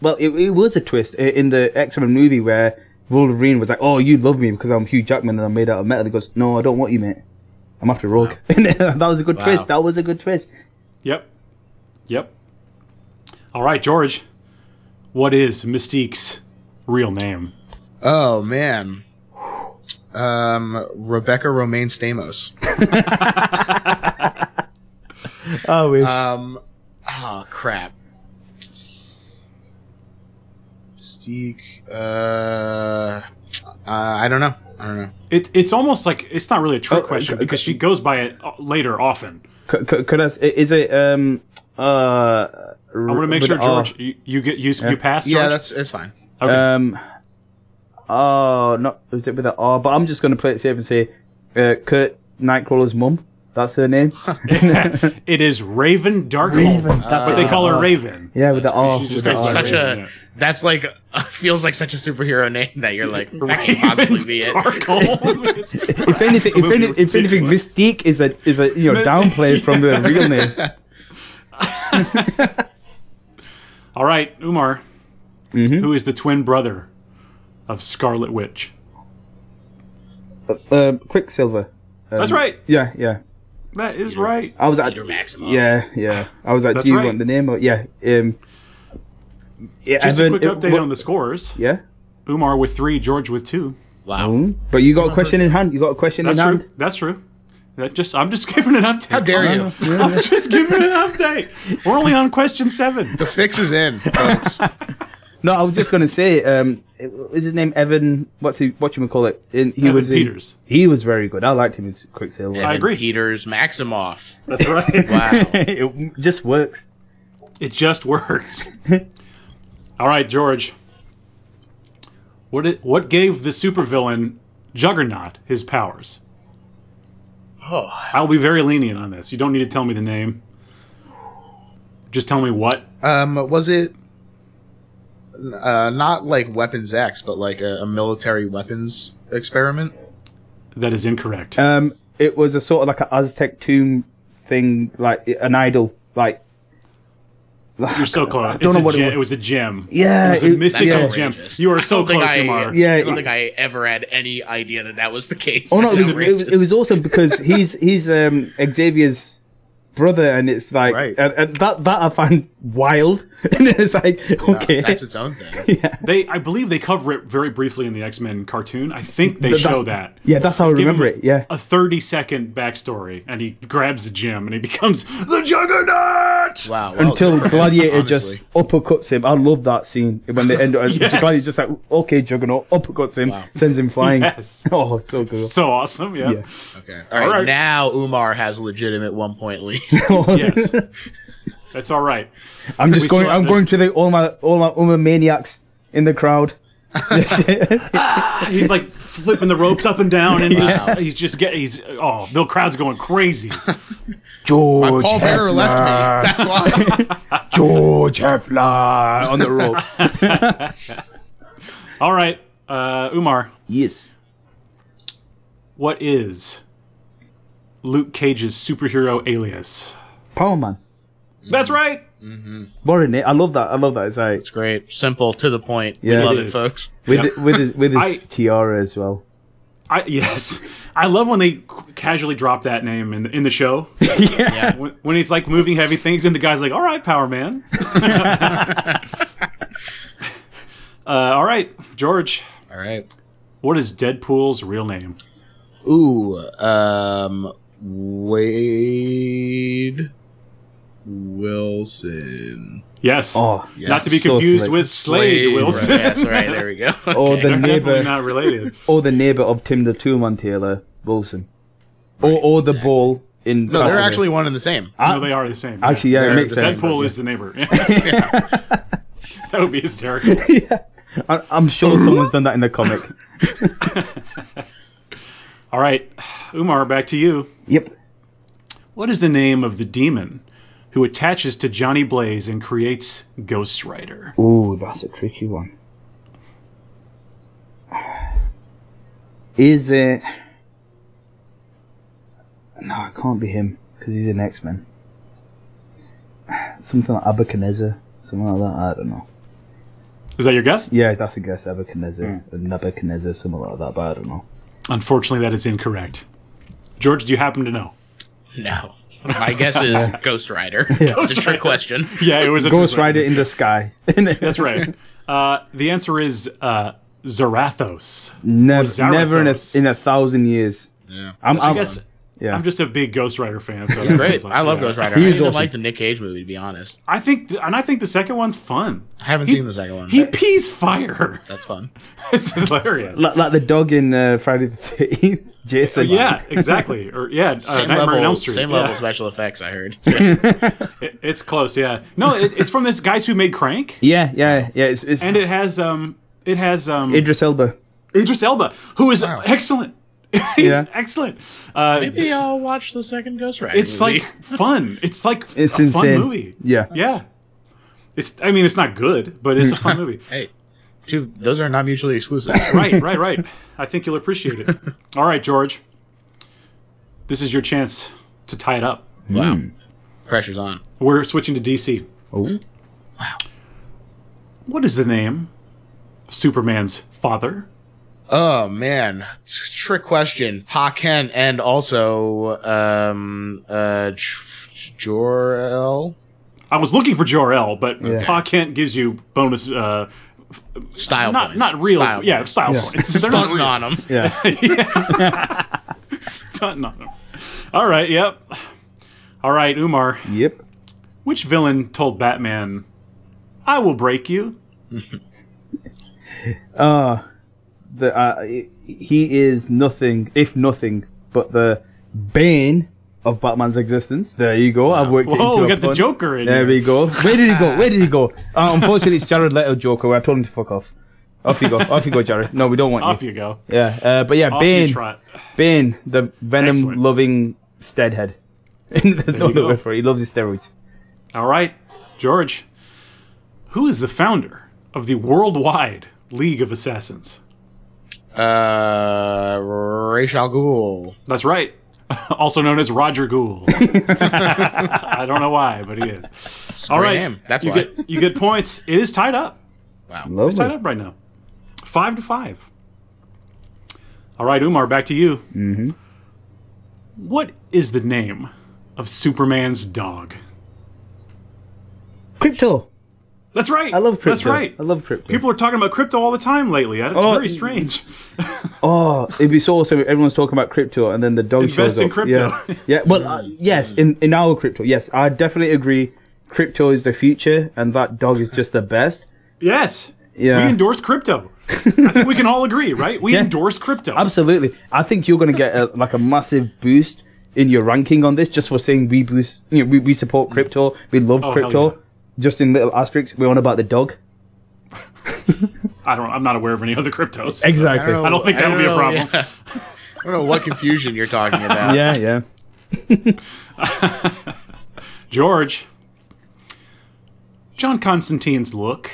well, it, it was a twist i- in the X Men movie where Wolverine was like, "Oh, you love me because I'm Hugh Jackman and I'm made out of metal." He goes, "No, I don't want you, mate. I'm after Rogue." And that was a good twist. That was a good twist. Yep. Yep. All right, George. What is Mystique's real name? oh man. Um, Rebecca Romaine Stamos. I wish. Um, oh crap. Mystique. Uh, uh, I don't know. I don't know. It, it's almost like it's not really a trick Oh, question uh, okay, because she goes by it uh, later often. C- c- could I? s- Is it? Um. Uh. I I want to make sure, George, you, you get you, you pass, George. uh, Yeah, that's it's fine. okay. um. Oh, not is it with an R? But I'm just going to play it safe and say, uh, Kurt Nightcrawler's mum. That's her name. it is Raven Darkhold. Raven, that's but what they they call her Uh, are. Raven. Yeah, with the R. She's just with the got R. such Such a- Yeah. a that's like feels like such a superhero name that you're like that Raven can't possibly be it. Darkhold. It's If anything, if, any, absolutely if anything, ridiculous. Mystique is a is a you know downplay from the real name. All right, Umar, Mm-hmm. who is the twin brother of Scarlet Witch? Um, Quicksilver. That's right. Yeah, Um, yeah. Uh, That is right. I was at Peter Maximoff. yeah, yeah. I was like, That's do you right. want the name? Or, yeah. Um. Yeah, Just a Evan- quick it- update what- on the scores. Yeah. Umar with three, George with two. Wow. But you got a question in hand. You got a question That's in true. hand. That's true. That just I'm just giving an update. How dare you? I'm just giving an update. We're only on question seven. The fix is in, folks. No, I was just gonna say. Um, is his name Evan? What's he? What you call it? In, he Evan was in- Peters. He was very good. I liked him as Quicksilver. Evan agree. Peters Maximoff. That's right. Wow. it just works. It just works. All right, George. What it, what gave the supervillain Juggernaut his powers? Oh, I'll be very lenient on this. You don't need to tell me the name. Just tell me what. um, was it uh, not like Weapons X, but like a, a military weapons experiment? That is incorrect. Um, it was a sort of like an Aztec tomb thing, like an idol, like. You're so close. don't It's know a what it gem- was. it was a gem. Yeah, it was a it- mystical that's gem. outrageous. You are I so don't think close, I- Amar. Yeah, I don't yeah. think I ever had any idea that that was the case. Oh no, it That's was, it, was, outrageous. it was also because he's he's um, Xavier's brother, and it's like Right. and, and that that I find wild. and it's like okay, That's its own thing. They, I believe, they cover it very briefly in the X Men cartoon. I think they Th- show that's- that. yeah, that's how I Give him remember it. Yeah, a thirty-second backstory, and he grabs a gym, and he becomes the Juggernaut. Wow. well until done, Gladiator just Oh. honestly. uppercuts him. I love that scene when they end up. Yes. Gladiator's just like okay, Juggernaut uppercuts him, sends him flying. Yes. Oh, so cool. So awesome, yeah. Yeah. Okay. All right, All right. Now Umar has a legitimate one point lead. Yes. That's all right. I'm just We going. saw I'm this- going to the all my all my Uma maniacs in the crowd. He's like flipping the ropes up and down, and he's, he's just getting. He's oh, Bill Crowd's going crazy. George Paul Bearer left me. That's why. George Hefner on the rope. All right, uh, Umar, yes. what is Luke Cage's superhero alias? Power Man. That's right. Warren, eh? I love that. I love that. It's like It's great. Simple, to the point. Yeah. we love It it, is. folks. with Yep. with his with his I- tiara as well. I, yes, I love when they qu- casually drop that name in the, in the show. Yeah. When, when he's like moving heavy things, and the guy's like, "All right, Power Man." uh, all right, George. All right. What is Deadpool's real name? Ooh. Um. Wade Wilson. Yes. Oh, Not to be so confused slick. with Slade, Wilson. Right, That's right. There we go. Or Okay. the They're definitely neighbor, not related. or the neighbor of Tim the Two Man Taylor Wilson, or or the ball in. no, they're Castlevania. actually one and the same. no, they are the same. yeah. actually yeah, They're it makes the sense. Deadpool is the neighbor. that would be hysterical. I, I'm sure someone's done that in the comic. All right, Umar, back to you. yep. What is the name of the demon who attaches to Johnny Blaze and creates Ghost Rider? Ooh, that's a tricky one. Is it? No, it can't be him because he's an X Men. Something like Abacaneza, something like that. I don't know. Is that your guess? Yeah, that's a guess. Abacaneza, Nebuchadnezzar, something like that. But I don't know. Unfortunately, that is incorrect. George, do you happen to know? No. My guess is Ghost Rider. It's a trick question. Yeah, it was a Ghost Rider in the sky. That's right. Uh, the answer is uh, Zarathos. never, never in a Zarathos. in a thousand years. Yeah. I'm, I I'm, guess yeah. I'm just a big Ghost Rider fan. So Great. I love Yeah. Ghost Rider. He I is even awesome. like the Nick Cage movie, to be honest. I think, and I think the second one's fun. I haven't He- seen the second one. He pees fire. That's fun. It's hilarious. like, like the dog in uh, Friday the Thirteenth, Jason. Oh, yeah, exactly. Or yeah, uh, Same Nightmare on level. Elm Street. Same Yeah. level special effects. I heard. It- it's close. Yeah. No, it, it's from this guys who made Crank, yeah, yeah, yeah. It's, it's and it has um, it has um, Idris Elba. Idris Elba, who is Wow. excellent. He's Yeah. excellent. Uh, Maybe I'll watch the second Ghost Rider. it's movie. like fun. It's like It's a insane. fun movie. Yeah. Yeah. It's. I mean, it's not good, but it's a fun movie. hey, two. Those are not mutually exclusive. right, right, right. I think you'll appreciate it. All right, George. This is your chance to tie it up. wow. Hmm. Pressure's on. We're switching to DC. Oh. What is the name of Superman's father? Oh man, T- trick question. Ha Ken and also um uh J- Jor El I was looking for Jor-El, but Yeah. Pa Kent gives you bonus, uh, style not points. not real, Style yeah, points. style Yeah. points. They're not stunting on him. Yeah. stunting on them. All right, yep. All right, Umar. yep. Which villain told Batman, "I will break you"? The, uh, he is nothing, if nothing, but the bane of Batman's existence. There you go. I've worked it Whoa, Oh, into we a got the pun. Joker in There there. we go. Where did he go? Where did he go? Uh, unfortunately, it's Jared Leto Joker. I told him to fuck off. Off you go. Off you go, Jared. No, we don't want Off you. you go. Yeah. Uh, but yeah, Off Bane. you trot. Bane, the Excellent. venom-loving steadhead. There's you no other go. word for it. He loves his steroids. All right, George. Who is the founder of the worldwide League of Assassins? Uh Ra's al Ghul. That's right. also known as Roger Gould. I don't know why, but he is. All great right, name. That's you why. get you get points. It is tied up. Wow. It's tied Lovely. up right now, five to five. Mm-hmm. All right, Umar, back to you. What is the name of Superman's dog. Crypto. That's right. I love crypto. That's right. I love crypto. People are talking about crypto all the time lately. Ed. It's Oh, very strange. Oh, it'd be so awesome if everyone's talking about crypto and then the dog Invest shows in up. crypto. Yeah. yeah. Well, uh, yes, in, in our crypto. Yes, I definitely agree. Crypto is the future, and that dog is just the best. Yes. Yeah. We endorse crypto. I think we can all agree, right? We endorse crypto. Absolutely. I think you're going to get a, like a massive boost in your ranking on this just for saying we boost, you know, we, we support crypto, we love Oh, hell crypto. yeah. Just in little asterisks, we're on about the dog. I don't. I'm not aware of any other cryptos. Exactly. I don't think that'll be a problem. yeah. I don't know what confusion you're talking about. Yeah, yeah. George, John Constantine's look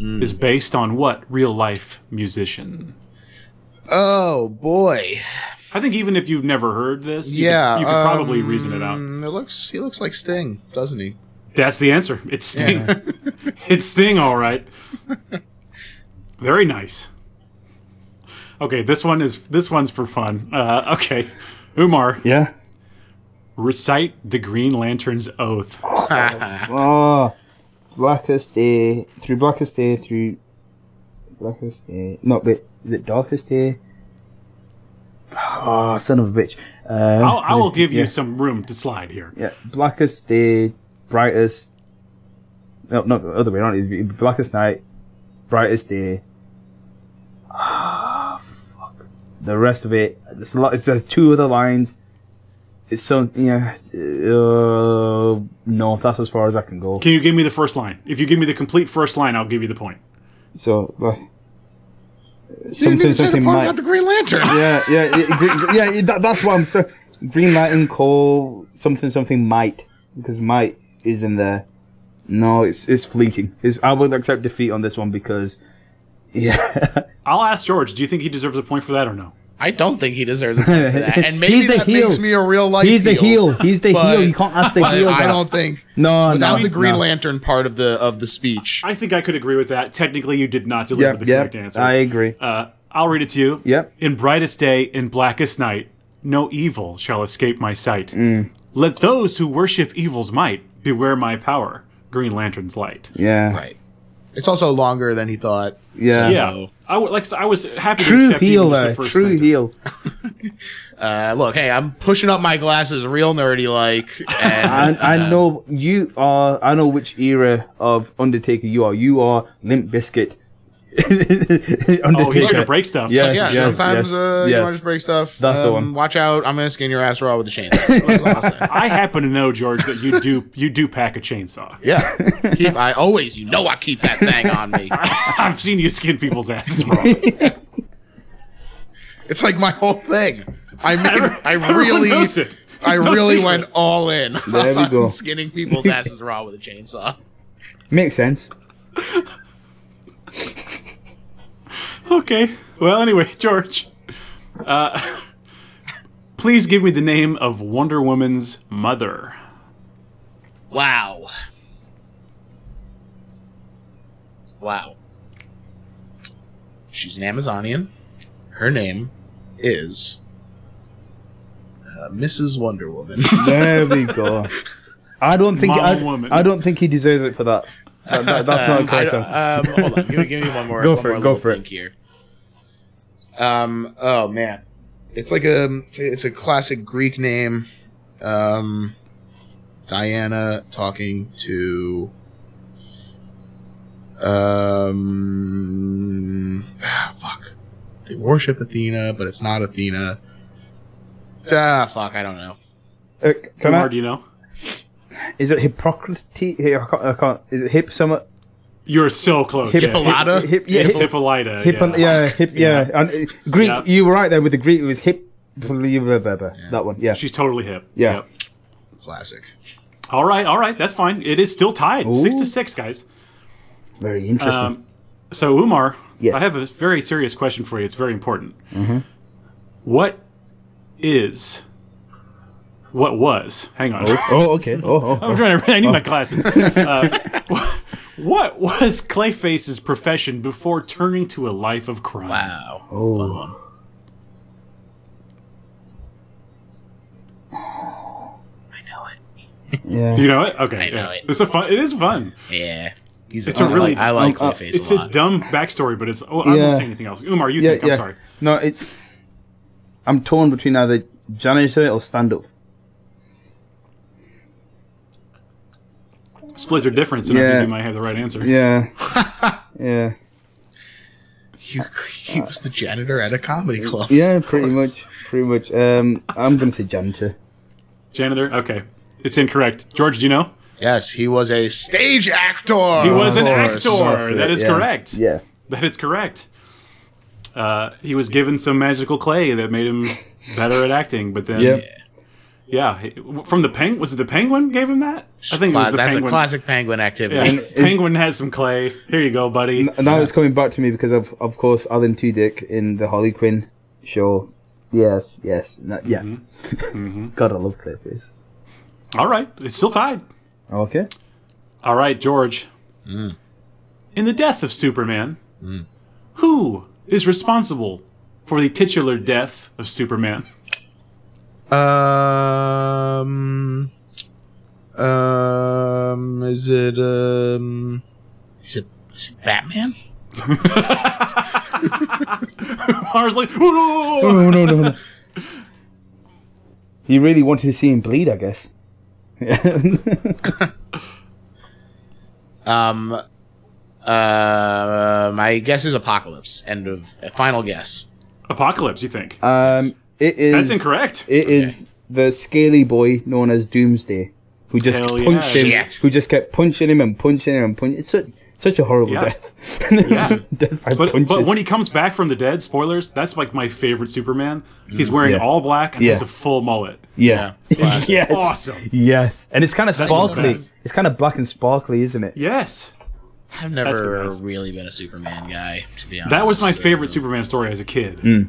Mm. is based on what real life musician? Oh boy. I think even if you've never heard this, you Yeah, could, you could probably um, reason it out. Mm, It looks he looks like Sting, doesn't he? That's the answer. It's Sting. it's Sting, all right. Very nice. Okay, this one is this one's for fun. Uh, okay, Umar, Yeah. recite the Green Lantern's oath. Oh, blackest day through blackest day through blackest day. No, wait, is it darkest day? Ah, son of a bitch. Uh, I'll, I will give you Yeah. some room to slide here. yeah, blackest day, brightest. No, not the other way around. It'd be blackest night, brightest day. Ah, fuck. The rest of it. There's a lot. It says two other lines. It's so yeah. Uh, no, that's as far as I can go. Can you give me the first line? If you give me the complete first line, I'll give you the point. So like You didn't something, even say the something part might. about the Green Lantern. yeah, yeah, yeah, green, yeah. That, that's what I'm saying. Green Lantern call something something might because might is in there. No, it's it's fleeting. It's, I would accept defeat on this one because yeah, I'll ask George. Do you think he deserves a point for that or no? I don't think he deserves a point for that. And maybe He's a that heel. makes me a real life. he's the heel. He's the but- heel. You can't ask the but heel. I that. don't think No, without no, the Green no. Lantern part of the of the speech. I think I could agree with that. Technically, you did not deliver Yep, the yep. correct answer. I agree. uh, I'll read it to you. Yep. In brightest day, in blackest night, no evil shall escape my sight. Mm. Let those who worship evil's might beware my power. Green Lantern's light. yeah, Right. It's also longer than he thought. Yeah. Yeah, I would like. I was happy to true accept heel. even just though. the first True sentence. heel. Uh, look, hey, I'm pushing up my glasses, real nerdy like. And Um, uh, And I know you are. I know which era of Undertaker you are. You are Limp Biscuit. Undertaker. Oh, he's gonna break stuff. Yeah. yeah, yes, sometimes yes, uh, you yes. want to just break stuff. um, That's the one. Watch out! I'm gonna skin your ass raw with a chain. That's all I'll say. I happen to know George that you do. You do pack a chainsaw. yeah, keep. I always, you know, I keep that thing on me. I've seen you skin people's asses. Wrong. It's like my whole thing. I mean, I Everyone really, knows it. I It's no really secret. went all in. There we go. on Skinning people's asses raw with a chainsaw. Makes sense. Okay. Well, anyway, George, uh, please give me the name of Wonder Woman's mother. Wow. Wow. She's an Amazonian. Her name is uh, Mrs. Wonder Woman. There we go. I don't think. Mom I, woman. I don't think he deserves it for that. That- that- that's not a I correct don't- answer. um, hold on, give me, give me one more. Go one for it, more go little for it. think Here. Um. Oh man, it's like a it's a, it's a classic Greek name. Um, Diana talking to. Um. Ah, fuck. They worship Athena, but it's not Athena. It's- ah, fuck. I don't know. Uh, can Omar, do I, you know? is it Hippocrates? I can't, I can't. Is it hip? Some You're so close. Hip- yeah. Hippolyta. hip- yeah, It's hip- Hippolyta. hip? yeah. Yeah, yeah hip. Yeah, And, uh, Greek. Yeah. You were right there with the Greek. It was hip. That one. Yeah. She's totally hip. Yeah. Yep. Classic. All right, all right, that's fine. It is still tied, six to six, guys. Very interesting. Um, so Umar, Yes. Mm-hmm. I have a very serious question for you. It's very important. What is what was? Hang on. oh, okay. Oh, oh, I'm oh. trying to. I need my glasses. Uh, wha- what was Clayface's profession before turning to a life of crime? Wow. oh. Hold on. I know it. Yeah. Do you know it? Okay. I know yeah. it. It's a fun. It is fun. Yeah. He's It's a I really- like, I like um, uh, Clayface It's a a lot. dumb backstory, but it's. Oh, I Yeah. won't say anything else. Umar, you think? I'm sorry. No, it's. I'm torn between either janitor or stand up. Split their difference, and I Yeah. think you might have the right answer. Yeah. yeah. he, he was the janitor at a comedy club. Yeah, pretty much. Pretty much. Um, I'm going to say janitor. Janitor. Okay. It's incorrect. George, do you know? Yes, he was a stage actor. Oh, He was an Of actor. course. That's it, that is yeah. correct. Yeah. That is correct. Uh, he was given some magical clay that made him better at acting, but then Yeah. yeah, he- from the peng was it the penguin gave him that? I think it was the That's penguin. a classic penguin activity. Yeah, it's- penguin has some clay. Here you go, buddy. And now it's coming back to me because of of course Alan Tudyk in the Harley Quinn show. Yes, yes, no, yeah. Mm-hmm. God, I love Clayface. All right, it's still tied. Okay. All right, George. Mm. In the death of Superman, who is responsible for the titular death of Superman? Um, um, is it um, is it, is it Batman? Mars like, "Whoa, whoa, whoa, whoa." No, no, no, no. you really wanted to see him bleed, I guess. Um, uh, my guess is Apocalypse. End of final guess. apocalypse. You think Um, it is. that's incorrect? It is the scaly boy known as Doomsday, who just Hell yeah. punched him. Shit. Who just kept punching him and punching him and punching. It's such such a horrible Yeah. death. Yeah. death by But punches. but when he comes back from the dead, spoilers. That's like my favorite Superman. He's Mm. wearing Yeah. all black and Yeah. has a full mullet. yeah. Yeah. yes. Awesome. Yes, and it's kind of what sparkly. it is. It's kind of black and sparkly, isn't it? Yes, I've the never best. really been a Superman guy, to be honest. that was my so- favorite Superman story as a kid. Hmm.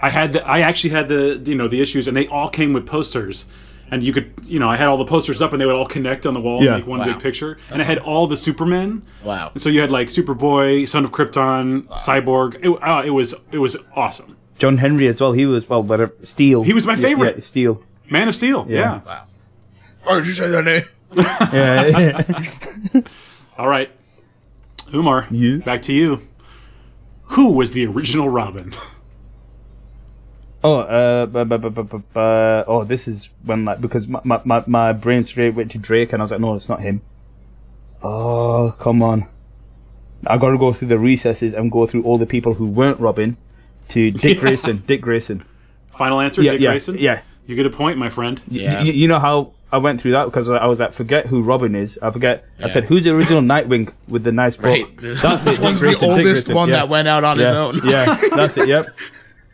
I had the, I actually had the you know the issues, and they all came with posters. And you could, you know, I had all the posters up, and they would all connect on the wall Yeah. and make one Wow. big picture. And I had all the Supermen. Wow. And so you had like Superboy, Son of Krypton, Cyborg. It, uh, it was it was awesome. John Henry as well. He was well, whatever. Steel. He was my Yeah, favorite. Yeah, Steel. Man of Steel. yeah. Wow. Why Oh, did you say that name? Yeah. All right. Umar, Yes. back to you. Who was the original Robin? oh, uh, bu- bu- bu- bu- bu- bu- oh, this is when like because my my, my, my brain straight went to Drake, and I was like, no, it's not him. Oh, come on. I got to go through the recesses and go through all the people who weren't Robin to Dick Yeah. Grayson. Dick Grayson. Final answer, Yeah, Dick yeah, Grayson? yeah. You get a point, my friend. Yeah. You, you know how I went through that because I was like, forget who Robin is. I forget. I said, who's the original Nightwing with the nice book? Right. That's it. this one's Dick the Grayson, Dick oldest Grayson, one yeah. that went out on his own. yeah, that's it. Yep.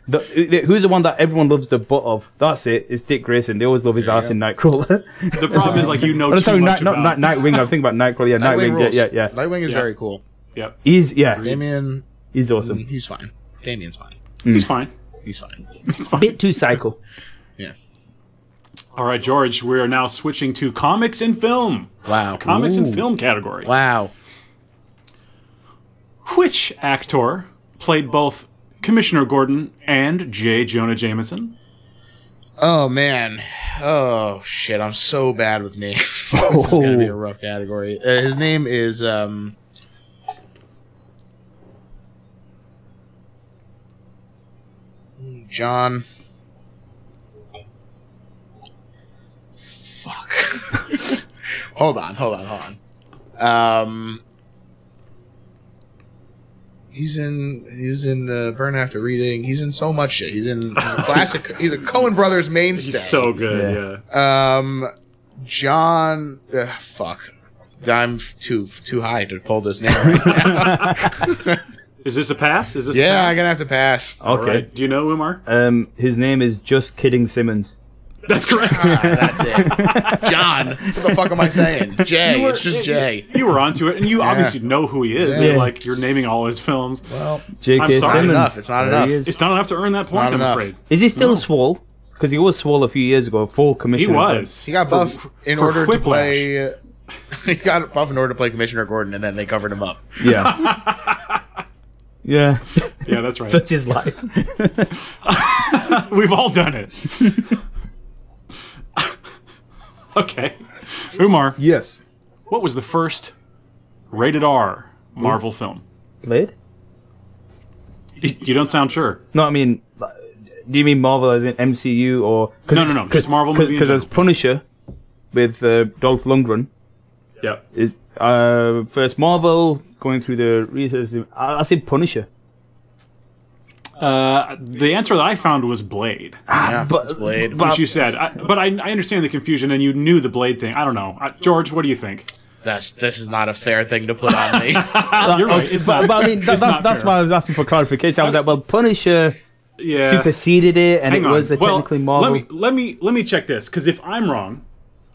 The, the- who's the one that everyone loves the butt of? That's it. It's Dick Grayson. They always love his ass in Nightcrawler. The problem is, like, you know I'm too sorry, much Night, not about... Night, Nightwing. I'm thinking about Nightcrawler. Yeah, Nightwing, Nightwing. rules. yeah, yeah, yeah. Nightwing is Yeah. very cool. Yep. He's yeah, Damien, he's awesome. he's fine. Damien's fine. He's Hmm. fine. He's fine. He's fine. Bit too psycho. Yeah. All right, George, we are now switching to comics and film. Wow. Comics and film category. Wow. Which actor played both Commissioner Gordon and J. Jonah Jameson? Oh man. Oh shit. I'm so bad with names. this is gonna be a rough category. Uh, his name is um. John. Fuck. hold on. Hold on. Hold on. Um. He's in. He's in uh, Burn After Reading. He's in so much shit. He's in he's a classic. he's a Cohen Brothers mainstay. He's so good, Yeah. yeah. Um, John, uh, fuck, I'm f- too too high to pull this name. Right now. Is this a pass? Is this a yeah, pass? I'm gonna have to pass. All Okay. right. Do you know Umar? Um, his name is just kidding Simmons. Ah, That's correct. That's it. John, what the fuck am I saying? Jay, it's just Jay. You were onto it, and you obviously know who he is. Yeah. You're like you're naming all his films. Well, I'm J.K. sorry, Simmons. enough. It's not There enough. he is. It's not enough to earn that point, not I'm enough. afraid. Is he still swole? Because he was swole a few years ago for He commissioner. was. he got For- buff for- in for order to Whiplash. play. He got buff in order to play Commissioner Gordon, and then they covered him up. Yeah. yeah. Yeah, that's right. Such is life. We've all done it. okay. Umar, Yes. what was the first rated R Marvel film? Blade? You don't sound sure. No, I mean, like, do you mean Marvel as in MCU or? Cause, No, no, no, just Marvel movie in Because there's Punisher with uh, Dolph Lundgren. Yep. Is uh, first Marvel going through the research? I, I say Punisher, Uh, the answer that I found was Blade, Yeah, but- it's Blade. but- which you said. I, but I, I understand the confusion, and you knew the Blade thing. I don't know. Uh, George, what do you think? That's this is not a fair thing to put on me. Ah, You're right. It's not, but, but Uh, I mean, that, it's that's not that's fair. why I was asking for clarification. I was like, well, Punisher yeah. superseded it, and Hang it on. was a Well, technically Marvel. Let me let me let me check this because if I'm wrong,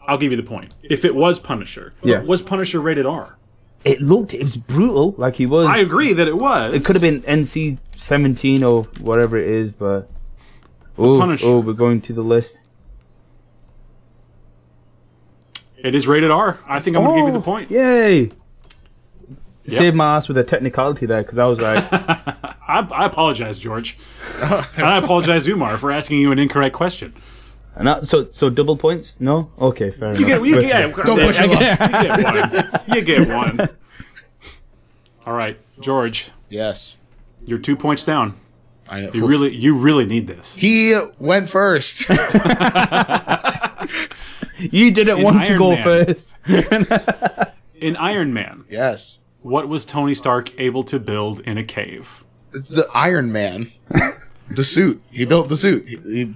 I'll give you the point. If it was Punisher, Yeah. was Punisher rated R? it looked, it was brutal, like he was. I agree that it was. It could have been NC seventeen or whatever it is, but oh, Punisher. oh, we're going to the list. It is rated R. I think I'm going to give you the point. Oh, Yay! Saved my ass with a technicality there because I was like, I, I apologize, George, and I apologize, Umar, for asking you an incorrect question. and that, so so double points? No, okay, fair You enough. get, you get, Don't push your luck. You get one. You get one. All right, George, Yes, you're two points down. I know. You really, you really need this. he went first. You didn't In want to Iron go Man. first. In Iron Man, yes, what was Tony Stark able to build in a cave? It's the Iron Man, the suit. He built the suit. He, he-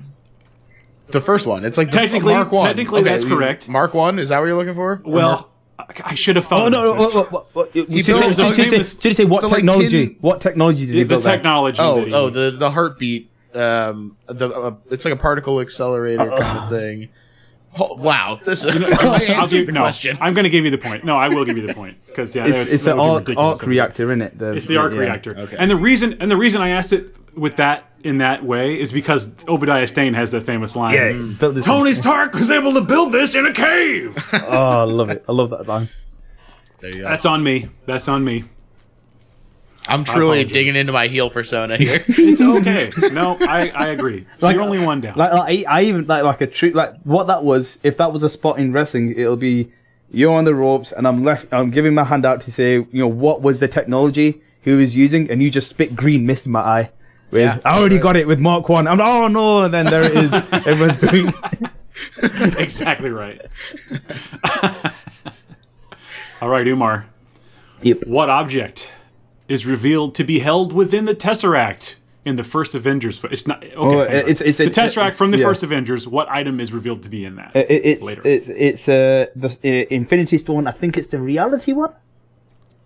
the first one. It's like the- Technically- Mark One. technically that's you- correct. Mark One. Is that what you're looking for? Or Mark- Well, I I should have thought. Oh no! no about this. what, what, what, what, did, you built say, his did, own you say- famous- did you say what the, like, technology? tin- what technology did he the, the build? that? technology. oh that he- oh the the heartbeat. Um, the uh, it's like a particle accelerator kind of thing. Oh, wow, this is I I'll answered give, the no, question. I'm going to give you the point. No, I will give you the point because yeah, It's, that's- it's, that an would be ridiculous. arc, arc reactor, isn't it? It's the arc reactor. Okay. And the reason and the reason I asked it with that in that way is because Obadiah Stane has that famous line. Yeah, he built this Tony Stark was able to build this in a cave. Oh, I love it! I love that line. There you go. That's on me. That's on me. I'm truly apologize. digging into my heel persona here. It's okay. no, I, I agree. So you're only one down. Like, like I I even like like a tree. Like what that was. If that was a spot in wrestling, it'll be you're on the ropes, and I'm left. I'm giving my hand out to say, you know, what was the technology he was using, and you just spit green mist in my eye. With Yeah. I already got it with Mark One. I'm oh no, and then there it is. Everyone's doing. exactly right. All right, Umar. Yep. What object is revealed to be held within the Tesseract in the first Avengers? fo- It's not okay. Oh, hang on. it's- it's- the it's- Tesseract from the yeah. first Avengers. What item is revealed to be in that? It, it's, Later. it's it's uh the uh, Infinity Stone. I think it's the reality one.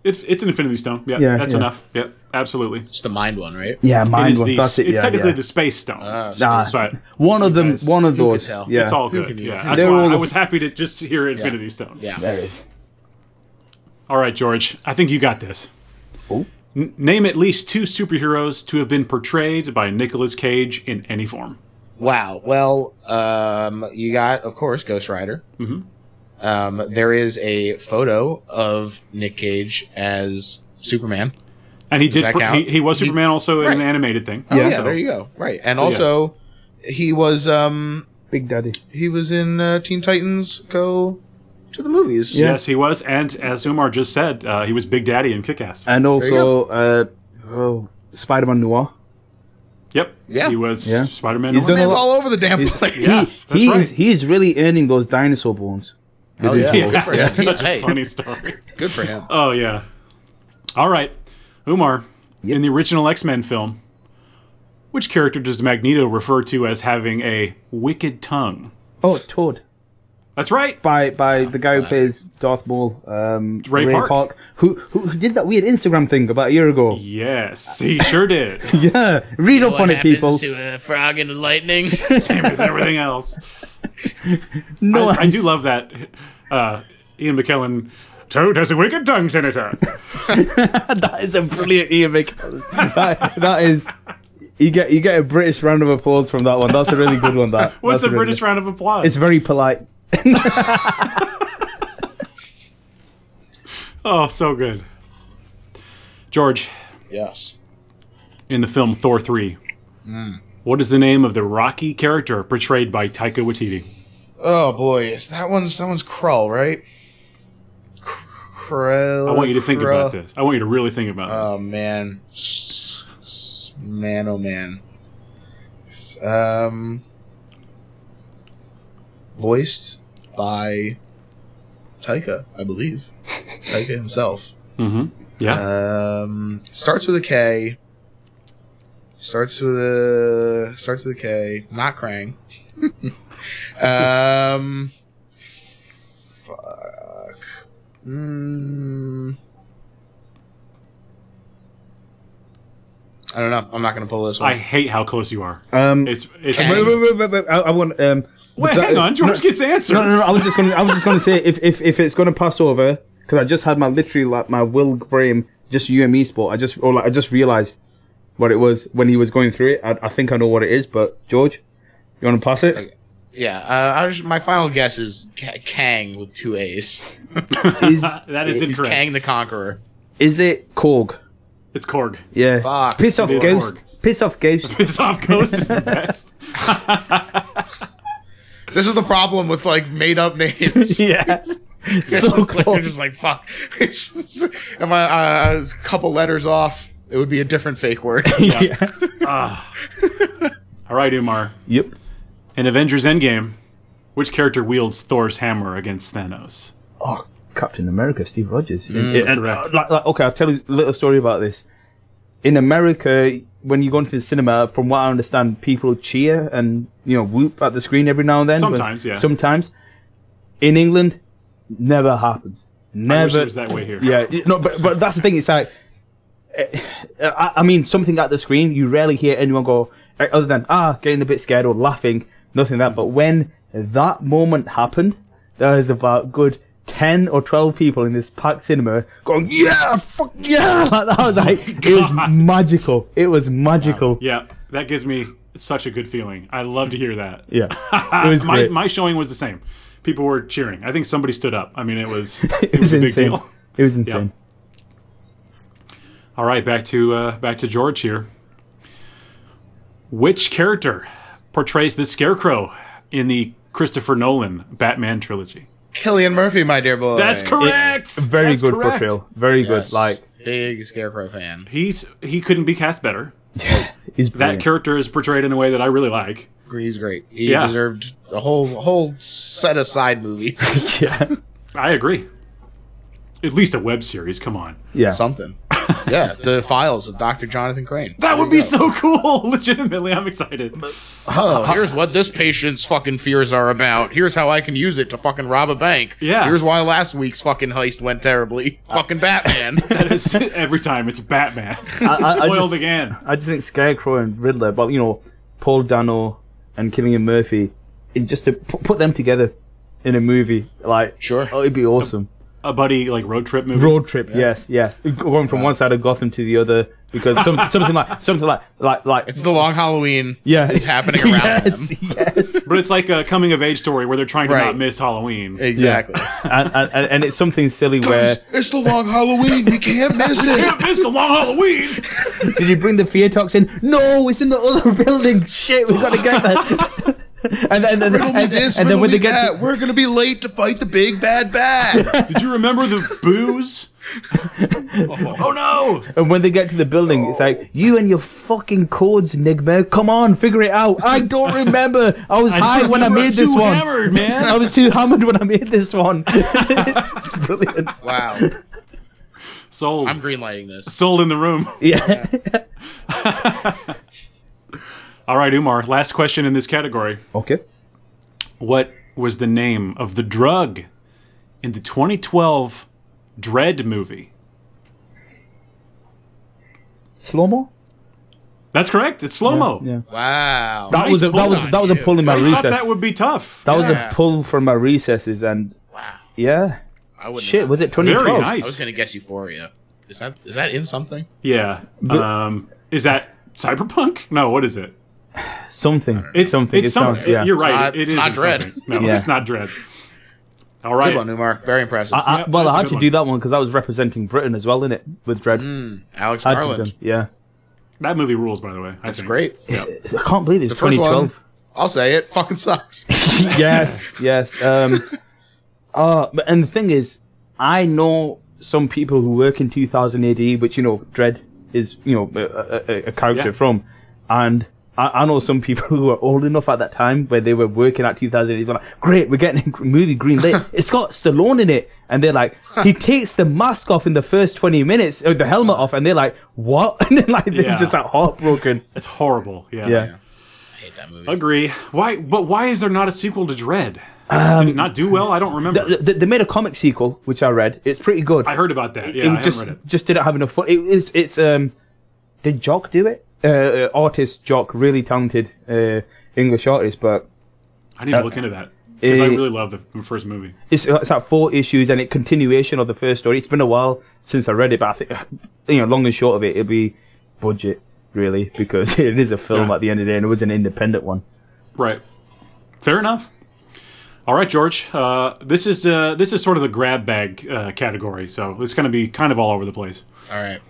It's it's an Infinity Stone. Yeah, Yeah, that's yeah. enough. Yep, absolutely. it's the mind one, right? Yeah, It mine is one. the, That's it. it's yeah, technically yeah. the space stone, Ah, Nah, but one of them. guys- One of could those. tell? Yeah, it's all can good. do that? Yeah, that's They're all why I the- was happy to just hear Infinity Stone. Yeah. There it is. All right, George. I think you got this. Oh. N- name at least two superheroes to have been portrayed by Nicolas Cage in any form. Wow. Well, um, you got, of course, Ghost Rider. Mm-hmm. Um, there is a photo of Nick Cage as Superman. And he did. that pr- He, count? he was He- Superman also in Right. an animated thing. Oh, yeah, So- there you go. Right, and So, also he was um, Big Daddy. he was in uh, Teen Titans Go to the movies. Yeah. Yes, he was. And as Umar just said, uh, he was Big Daddy in Kick-Ass. and you also uh, oh, Spider-Man Noir. yep. Yeah. He was Yeah. Spider-Man. He's Noir. done Man's a lot- all over the damn place. Yes, he that's is right. he is really earning those dinosaur bones. Hell yeah. Yeah, Good for him. it's such Hey, a funny story. good for him. Oh yeah. All right, Umar. In the original X Men film, which character does Magneto refer to as having a wicked tongue? Oh, Toad. That's right. By by the guy who plays Darth Maul, um, Ray Park. who, who who did that weird Instagram thing about a year ago. Yes, he sure did. Yeah, read up on it, people. to a frog and a lightning? Same as everything else. No, I, I do love that. Uh, Ian McKellen. Toad has a wicked tongue, Senator. that is a brilliant E Ian McKellen. that, that is. You get you get a British round of applause from that one. That's a really good one. That What's That's a really British good- round of applause? It's very polite. oh, so good. George, yes. in the film Thor Hmm. 3, what is the name of the Rocky character portrayed by Taika Waititi? Oh boy, is that one's that one's Krull, right? Krull. I want you to think about this. I want you to really think about this. Oh man, S- s- man, oh man. S- Um, voiced by Taika, I believe. Taika himself. Mm-hmm. Uh, Yeah. Um, starts with a K. Starts with a starts with a K. Not Krang. um, fuck. Mm, I don't know. I'm not gonna pull this I one. hate how close you are. Um, It's it's. Can wait, wait, wait, wait, wait, I, I want. Um, Wait, was that- hang on. George gets the answer. No, no, no. I was just gonna. I was just gonna say if if, if it's gonna pass over because I just had my literally like my Will Graham just UME sport. I just or like I just realized what it was when he was going through it. I, I think I know what it is, but George, you want to pass it? yeah. Uh, I was, my final guess is Ka- Kang with two A's. Is that is He's incorrect. Kang the Conqueror. is it Korg? It's Korg. Yeah. Fuck. Piss off, It is Ghost. Piss off, Ghost. Piss off, Ghost is the best. This is the problem with like made up names. yeah. So Like, You're close. just like fuck. It's, it's, am I uh, a couple letters off? It would be a different fake word. yeah. All right, Umar. Yep. In Avengers Endgame, which character wields Thor's hammer against Thanos? Oh, Captain America, Steve Rogers. And, correct. uh, like- like, okay, I'll tell you a little story about this. In America, when you go into the cinema, from what I understand, people cheer and you know whoop at the screen every now and then. but Sometimes, yeah. Sometimes. In England, never happens. Never. I wish it was that way here. Yeah, y- no, but but that's the thing. It's like, eh, I, I mean, something at the screen. You rarely hear anyone go eh, other than ah, getting a bit scared or laughing, nothing like that. But when that moment happened, there was about good ten or twelve people in this packed cinema going yeah, fuck yeah. Like that I was like, it was magical. It was magical. Yeah, that gives me such a good feeling. I love to hear that. Yeah, it was my, great. my showing was the same. People were cheering. I think somebody stood up. I mean, it was it was a big insane. deal. It was insane. All right, back to uh, back to George here. Which character portrays the Scarecrow in the Christopher Nolan Batman trilogy? Killian Murphy, my dear boy. That's correct. Very That's good correct. portrayal. Very Yes. good. Like big scarecrow fan. He's he couldn't be cast better. he's That brilliant. character is portrayed in a way that I really like. He's great. He Yeah. deserved a whole whole set of side movies. yeah, I agree. At least a web series. Come on. yeah. Something. Yeah, the files of Dr. Jonathan Crane. That would be so cool. Legitimately, I'm excited. Oh, here's what this patient's fucking fears are about. Here's how I can use it to fucking rob a bank. Yeah. Here's why last week's fucking heist went terribly. Fucking Batman. That is every time it's Batman. I- I Foiled just- again. I just think Scarecrow and Riddler, but you know, Paul Dano and Killian Murphy, it just to pu- put them together in a movie, like Sure. oh, it'd be awesome. A buddy like road trip movie. Road trip, yes, yes, going from one side of Gotham to the other because some, something like something like like like It's the long Halloween. yeah, It's happening around Yes, them. yes, But it's like a coming of age story where they're trying to Right. not miss Halloween. Exactly. and, and and- and it's something silly where It's the long Halloween. We can't miss it. Can't miss the long Halloween. did you bring the fear toxin? No, it's in the other building. Shit, we gotta get that. And then, and, then- Riddle me and- this, and riddle then when me they get that. to, We're gonna be late to fight the big bad bat. Did you remember the booze? oh no! And when they get to the building, it's like, you and your fucking codes, Nigma. Come on, figure it out. I don't remember. I was high when I remember made too this one. hammered, man. I was too hammered when I made this one. It's Brilliant. wow, Sold. I'm greenlighting this. Sold in the room. Yeah. All right, Umar. Last question in this category. Okay. What was the name of the drug in the 2012 Dread movie? Slow mo? That's correct. It's slow mo. Yeah. Wow. That was a pull that was on that was a you. pull in my I recess. thought that would be tough. That was Yeah. a pull from my recesses and Wow. yeah. I wouldn't Shit, have- was it Very 2012? I was nice. gonna guess Euphoria. Is that is that in something? Yeah. Um, is that cyberpunk? No. What is it? Something. It's something. It's, sounds- something. yeah. You're It's right. not- it it's is not in Dread. something. No, Yeah. it's not dread. All Good right. one, Umar. Very impressive. I, Yep, well, that's I a had good to one. Mm, do that one because I was representing Britain as well in it with Dread. Alex I had to do them. Garland. Yeah. That movie rules, by the way. I That's think. great. Yeah. I can't believe it's First 2012. one. I'll say it. Fucking sucks. yes, yes. Um, uh, but, and the thing is, I know some people who work in 2000 AD, which you know, Dread is you know a, a, a character Yeah. from, and I, I know some people who were old enough at that time where they were working at 2000 AD. They're like, great, we're getting a movie greenlit. it's got Stallone in it, and they're like, he takes the mask off in the first 20 minutes, or the helmet off, and they're like, what? And then like they're Yeah. just like heartbroken. It's horrible. Yeah. Yeah. I hate that movie. Agree. Why? But why is there not a sequel to Dread? Did it not do well? I don't remember. Um, Th- th- They made a comic sequel, which I read. It's pretty good. I heard about that. Yeah, it I just haven't read just didn't have enough fun. It, it's it's um, did Jock do it? Uh, uh, artist Jock, really talented uh, English artist, but it. I need to look into that because I eh, really love the the first movie. it's uh, it's like four issues and a continuation of the first story. It's been a while since I read it, but I think uh, you know, long and short of it, it'll be budget really because it is a film Yeah. at the end of the day, and it was an independent one. Right. Fair enough. All right, George. Uh, this is uh, this is sort of the grab bag uh, category, so it's going to be kind of all over the place. Uh, All right.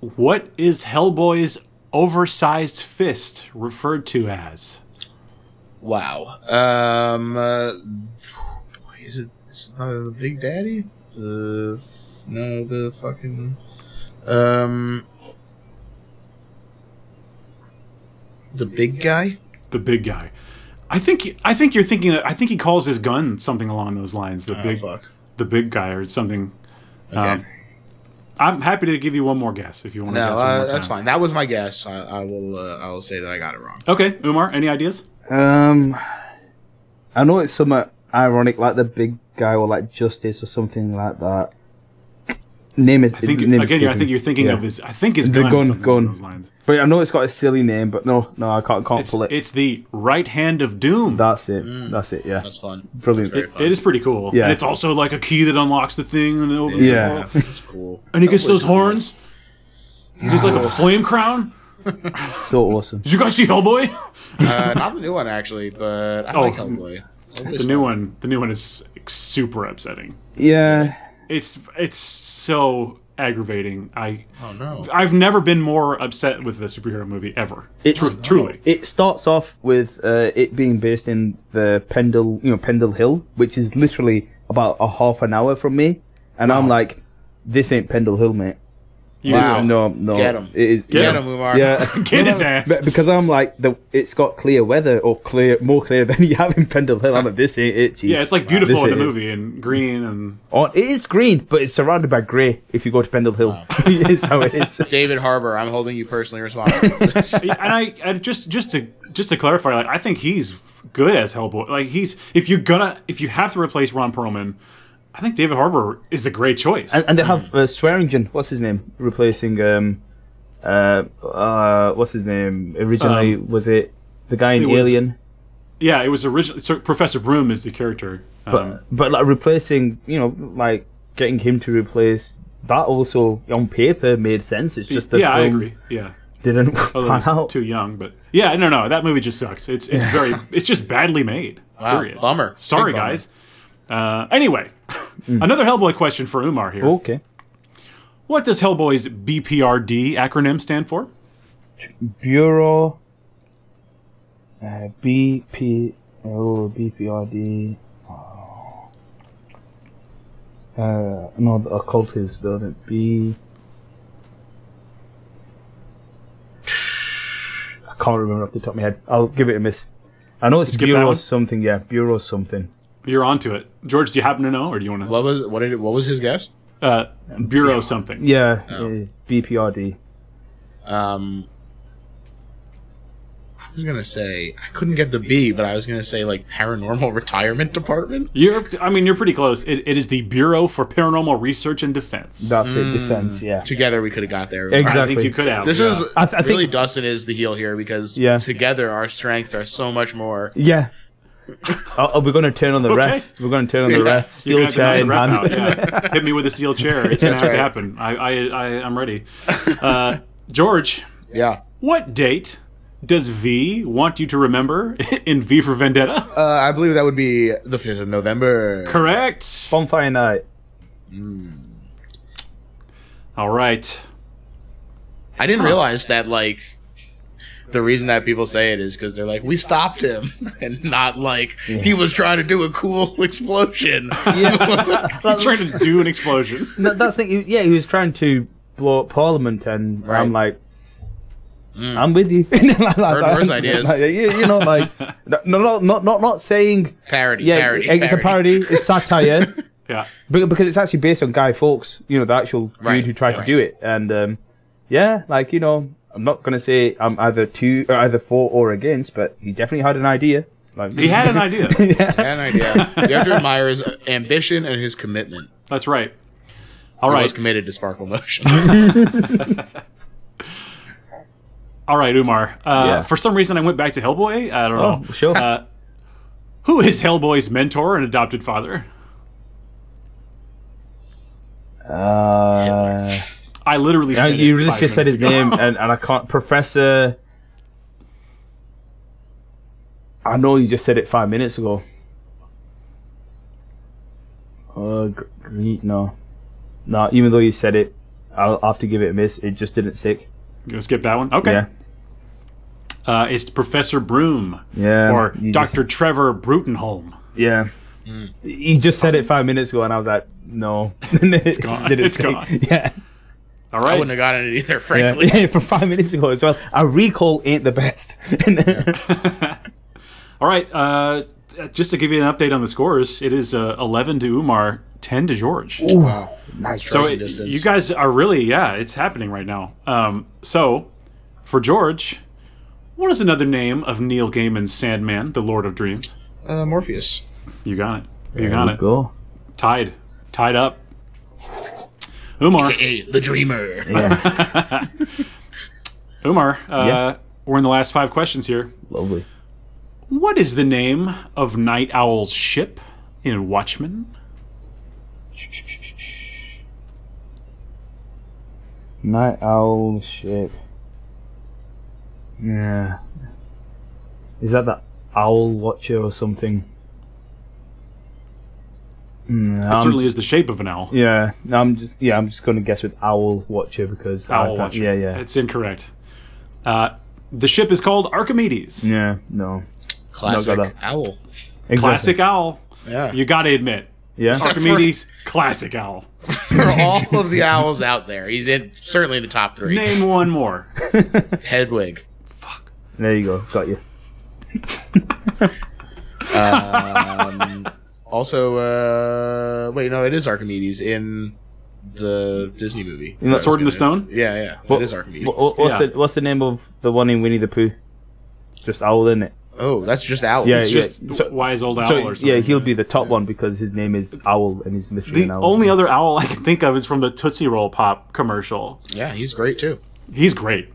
What is Hellboy's oversized fist referred to as? Wow. Um, uh, is it it's not the Big Daddy? The no, the fucking um, the big guy. The big guy. I think I think you're thinking. I think he calls his gun something along those lines. The Oh big fuck. the big guy or something. Okay. Um, I'm happy to give you one more guess if you want to no, guess one more uh, time. that's fine. That was my guess. I, I will. Uh, I will say that I got it wrong. Okay, Umar, any ideas? Um, I know it's somewhat ironic, like the big guy or like Justice or something like that. Name is I think again. name I escaping think me. you're thinking Yeah. of his. I think his The gun. gun, something along gun. Those lines. But I know it's got a silly name, but no, no, I can't, can't It's, Mm. pull it. it's the right hand of doom. That's it. That's it. Yeah. That's fun. Brilliant. That's very fun. it is pretty cool. Yeah. And it's also like a key that unlocks the thing and it opens the Yeah. door. That's cool. And he gets Hellboy's those cool. horns. He's like a flame crown. So awesome. Did you guys see Hellboy? Uh, not the new one actually, but I like Oh. Hellboy. The new one. The new one is super upsetting. Yeah. It's it's so aggravating. I Oh no. I've never been more upset with a superhero movie ever. It's- Tru- truly. It starts off with uh, it being based in the Pendle, you know, Pendle Hill, which is literally about a half an hour from me, and I'm like, this ain't Pendle Hill, You- mate. Wow. No, no. Get 'em. It is. Get yeah. him, Umar. Yeah. Get his ass. But because I'm like the, it's got clear weather or clear, more clear than you have in Pendle Hill. I'm like, this ain't it. Chief. Yeah, it's like beautiful This in the it is. movie and green and Oh, it is green, but it's surrounded by grey. If you go to Pendle Hill, it's how it is. David Harbour, I'm holding you personally responsible. for this. and I, I just just to just to clarify, like I think he's f- good as Hellboy. Like he's if you're gonna if you have to replace Ron Perlman, I think David Harbour is a great choice. And they have uh, Swearingen, what's his name, replacing um, uh, uh, what's his name? Originally, was it the guy in Um, it was- uh, Alien? yeah, it was originally so Professor Broom is the character. Um, But but like replacing, you know, like getting him to replace that also on paper made sense. It's just the yeah, I film agree. Yeah, didn't Although pan he's out. too young, but yeah, no, no, that movie just sucks. It's it's very it's just badly made. Wow, period. bummer. Sorry, Big bummer. guys. Uh, anyway, Mm. another Hellboy question for Umar here. Okay, What does Hellboy's BPRD acronym stand for? Bureau uh, BP oh BPRD. oh. Uh, no, the occult is though the B. I can't remember off the top of my head. I'll give it a miss. I know it's Skip that Bureau one? something, yeah, Bureau something. You're onto it, George. Do you happen to know, or do you want to? What was what did what was his guess? uh, bureau something. Yeah, Oh. uh, BPRD. Um, I was gonna say I couldn't get the B, but I was gonna say like paranormal retirement department. You're, I mean, you're pretty close. It, it is the Bureau for Paranormal Research and Defense. That's it, defense, yeah. Together we could have got there. Exactly. I think you could have. This yeah. is I th- I think- really Dustin is the heel here because Yeah. together our strengths are so much more. Yeah. oh, oh, we're going to turn on the ref. We're going to turn on the Yeah. ref. You're Steel gonna chair in hand. have to knock the ref out, yeah. Hit me with a steel chair. It's gonna have right. to happen. I, I, I, I'm ready. Uh, George, Yeah. what date does V want you to remember in V for Vendetta? Uh, I believe that would be the fifth of November. Correct. Bonfire night. All right. I didn't realize that like the reason that people say it is because they're like, we stopped him, and not like he was trying to do a cool explosion. Yeah, He's trying to do an explosion. that, that's the thing. Yeah, he was trying to blow up Parliament, and Right. Mm. I'm like, I'm with you. Like that. worse ideas. Like, you, you know, like no, no, not not not saying. Parody, Yeah, parody, it's a parody. It's satire, Yeah. Be- because it's actually based on Guy Fawkes. You know, the actual Right, dude who tried right. to do it, and um, yeah, like you know, I'm not gonna say I'm either two or either for or against, but he definitely had an idea. Like, He had an idea. Bad idea. You have to admire his ambition and his commitment. That's right. All He right. was committed to Sparkle Motion. All right, Umar. Uh, Yeah. For some reason, I went back to Hellboy. I don't oh, know. sure. Uh, who is Hellboy's mentor and adopted father? Uh, I literally Uh, said you it really five just said minutes ago. his name, uh, and, and I can't. Professor. I know you just said it five minutes ago. Uh, gr- green, no, no. Even though you said it, I'll have to give it a miss. It just didn't stick. You gonna skip that one? Okay. Yeah, Uh, it's Professor Broom yeah. or you just- Doctor Trevor Brutenholm. yeah. You just said it five minutes ago, and I was like, no. it's gone. Didn't It's stick. gone. Yeah. All I right. wouldn't have gotten it either, Yeah. frankly. for five minutes ago as well. Our recall ain't the best. All right. Uh, just to give you an update on the scores, it is uh, 11 to Umar, 10 to George. Wow. nice. so striking it- distance. you guys are really, yeah, it's happening right now. Um, so for George, what is another name of Neil Gaiman's Sandman, the Lord of Dreams? Uh, Morpheus. You got it. You There got we it. Go. Tied. Tied up. Umar. Hey, the dreamer. Yeah, Umar, uh, Yeah. we're in the last five questions here. lovely. What is the name of Night Owl's ship in Watchmen? Night owl ship. Yeah. Is that the owl watcher or something? Mm, It I'm certainly just- is the shape of an owl. Yeah, no, I'm just yeah, I'm just gonna guess with owl watcher because I Owl can't- Watcher. Yeah, yeah, It's incorrect. Uh, the ship is called Archimedes. yeah. No, Classic No, got that. owl. exactly. Classic owl. Yeah. You got to admit. Yeah, Archimedes, classic owl. For all of the owls out there, he's in certainly in the top three. Name one more. Hedwig. there you go. Got you. Also, uh, wait, no, it is Archimedes in the Disney movie. know, I was Sword in the gonna- Stone? Yeah, yeah. it is Archimedes. What, what- what's Yeah. the what's the name of the one in Winnie the Pooh? Just owl in it. oh, that's just owls. Yeah, It's yeah. just So- wise old owl So or something. yeah, he'll be the top one because his name is Owl and he's literally the an owl. only other owl I can think of is from the Tootsie Roll Pop commercial. Yeah, he's great too. He's great.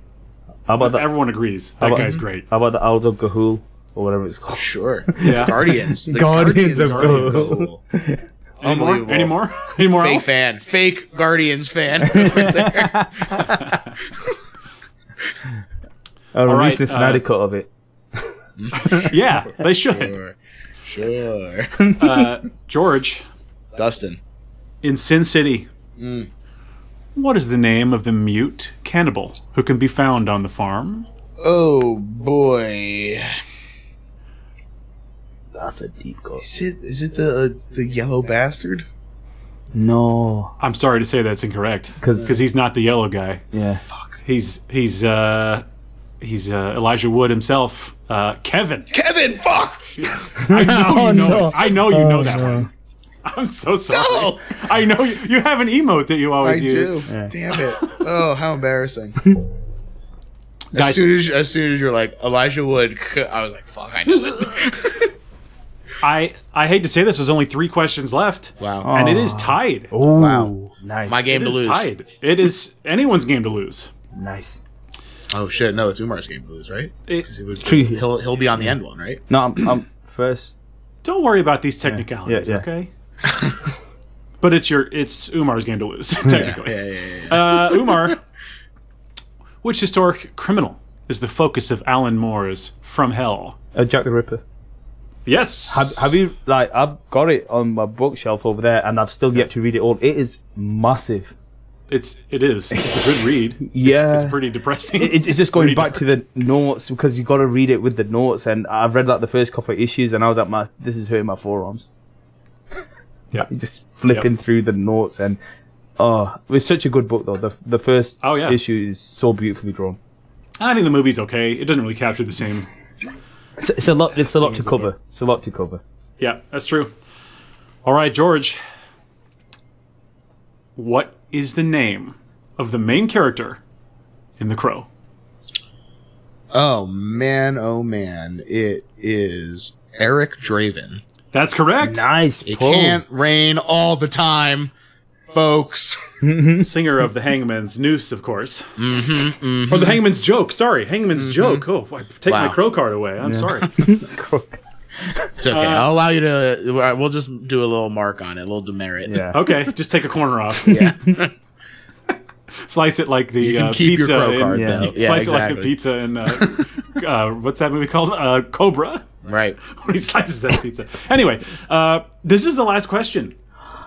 How about that? Everyone agrees. That about- guy's great. How about the Owls of Gahul or whatever it's called? Sure. Yeah. Guardians. The Guardians of Ghoul. Any more? Unbelievable. Any more? Any more Fake else? fan. Fake Guardians fan. over there. Or at right, least the Snyder uh, Oh, cut of it. Yeah, they should. sure. Sure. Uh, George, Dustin. in Sin City, Mm. what is the name of the mute cannibal who can be found on the farm? Oh boy. That's a deep cut. Is it is it the uh, the yellow bastard? No. I'm sorry to say that's incorrect 'Cause- because he's not the yellow guy. Yeah. He's he's uh, he's uh, Elijah Wood himself. Uh, Kevin, Kevin, fuck! I know you know. no. it. I know you know that one. I'm so sorry. Oh, No! I know you, you have an emote that you I always use. do. Yeah. Damn it. Oh, how embarrassing. Guys- As soon as, as soon as you're like Elijah Wood, I was like, "Fuck, I knew it." I I hate to say this. There's only three questions left, wow, and it is tied. Ooh, Wow. Nice. my game It to is lose. tied. It is anyone's game to lose. Nice. Oh shit, no, it's Umar's game to lose, right? It- 'Cause he would- True. He'll he'll be on the end one, right? No, I'm, I'm first. Don't worry about these technicalities, Yeah, yeah. okay? but it's your it's Umar's game to lose technically. Yeah, yeah, yeah. Uh, Umar, which historic criminal is the focus of Alan Moore's From Hell? Uh, Jack the Ripper. Yes. Have, have you like? I've got it on my bookshelf over there, and I've still yet to read it all. It is massive. it's it is. It's a good read. It's- Yeah. it's, pretty depressing. It- it's just going Pretty back to the notes because you got to read it with the notes. And I've read like the first couple of issues, and I was like, "My, this is hurting my forearms." Yeah. You're just flipping through the notes, and oh, it was such a good book though. The the first Oh, yeah. issue is so beautifully drawn. And I think the movie's okay. It doesn't really capture the same. It's, it's a lot. It's a lot to Things that cover. It's a lot to cover. Yeah, that's true. All right, George. What is the name of the main character in The Crow? Oh man, oh man, it is Eric Draven. That's correct. Nice It pull. can't rain all the time, folks. Singer of the Hangman's Noose, of course. Mm-hmm, Or the Hangman's Joke. Sorry, Hangman's Joke. Oh, I take my Mm-hmm. Wow. Crow card away. I'm sorry. Crook. It's okay. I'll allow you to. uh, We'll just do a little mark on it, a little demerit. Yeah. Okay, just take a corner off. Yeah. Slice it like the You can uh, keep your pizza. pro in- card yeah. though. You Yeah, slice it like the exactly. pizza and uh, uh, what's that movie called? Uh, Cobra. Right. when he slices that pizza. Anyway, uh, this is the last question.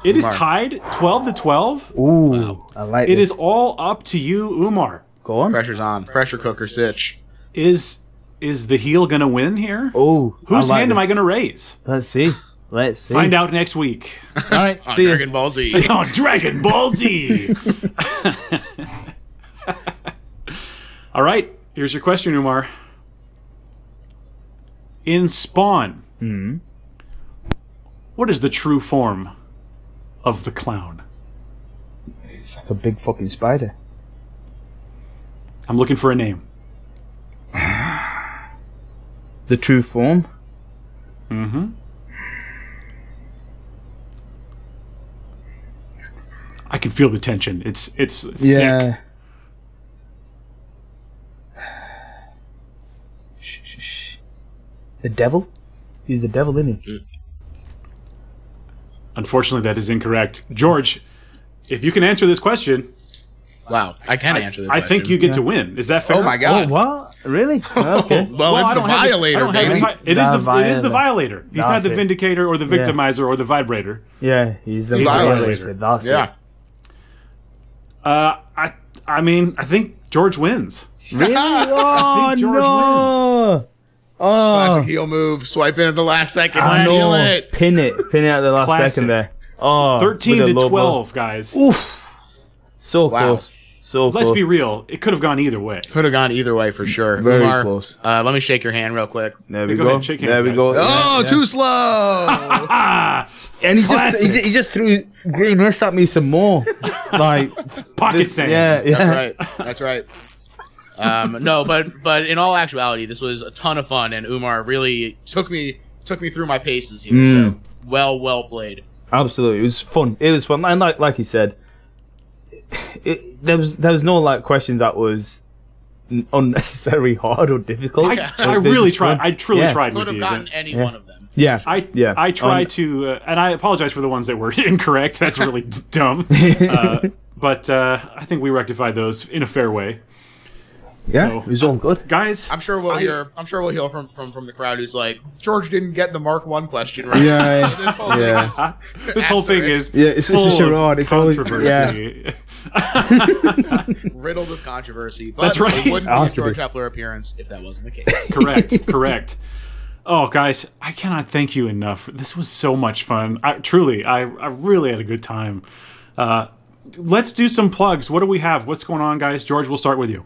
It is Umar. tied 12 to 12. Ooh, I like It this. is all up to you, Umar. Go on. Pressure's on. Pressure cooker sitch. Is is the heel going to win here? Oh, Whose hand am I going to raise? to? Let's see. Let's see. Find out next week All right. On see ya. Dragon Ball Z. on Dragon Ball Z. all right, here's your question, Umar. In Spawn, what is the true form of the clown? It's like a big fucking spider. I'm looking for a name. The true form. I can feel the tension. It's it's thick. Yeah. The devil? He's the devil, isn't he? Unfortunately, that is incorrect. George, if you can answer this question, Wow. I can answer this. I think you question. get to win. Is that fair? Oh my god. What? Really? Okay. Well, Well, it's I the don't have this- I violator, don't have baby. this- it is The the, it is the violator. violator. He's not That's the it. vindicator or the victimizer or the vibrator. yeah, he's the violator. violator. That's it. yeah. Uh, I I mean, I think George wins. Really? Oh, think George no! Classic Oh, heel move. Swipe in at the last second. I Seal know. it. Pin it. Pin it at the last Classic. second there. Oh, Thirteen with to a low blow. twelve, guys. So Wow. close. So Let's close. be real. It could have gone either way. Could have gone either way for sure. Very Umar, close. Uh, let me shake your hand real quick. there we Go go. ahead, shake hands, there we guys. go. Oh, too slow. And he just, Classic. he just he just threw green mist at me some more. like Pocket this- sand. Yeah, yeah. That's right. That's right. Um, no, but but in all actuality, this was a ton of fun, and Umar really took me took me through my paces here. So well, well played. Absolutely, it was fun. It was fun, and like like you said, it, there was there was no like question that was n- unnecessary hard or difficult. I, Like, I they really just tried. went- I truly yeah. tried Could with have you. gotten any one of them. Yeah, I yeah. I try Um, to, uh, and I apologize for the ones that were incorrect. That's really d- dumb. Uh, but uh, I think we rectified those in a fair way, yeah, so- it was all good. guys. I'm sure we'll I- hear. I'm sure we'll hear from from from the crowd who's like, George didn't get the Mark One question right. Yeah. so this whole thing Yeah. is- This whole thing is Yeah, it's- it's a full of charade. It's all- controversy. riddled with controversy. But That's right. It wouldn't be a Has to George be. Heffler appearance if that wasn't the case. correct, correct. Oh, guys, I cannot thank you enough. This was so much fun. I, truly, I I really had a good time. Uh, let's do some plugs. What do we have? What's going on, guys? George, we'll start with you.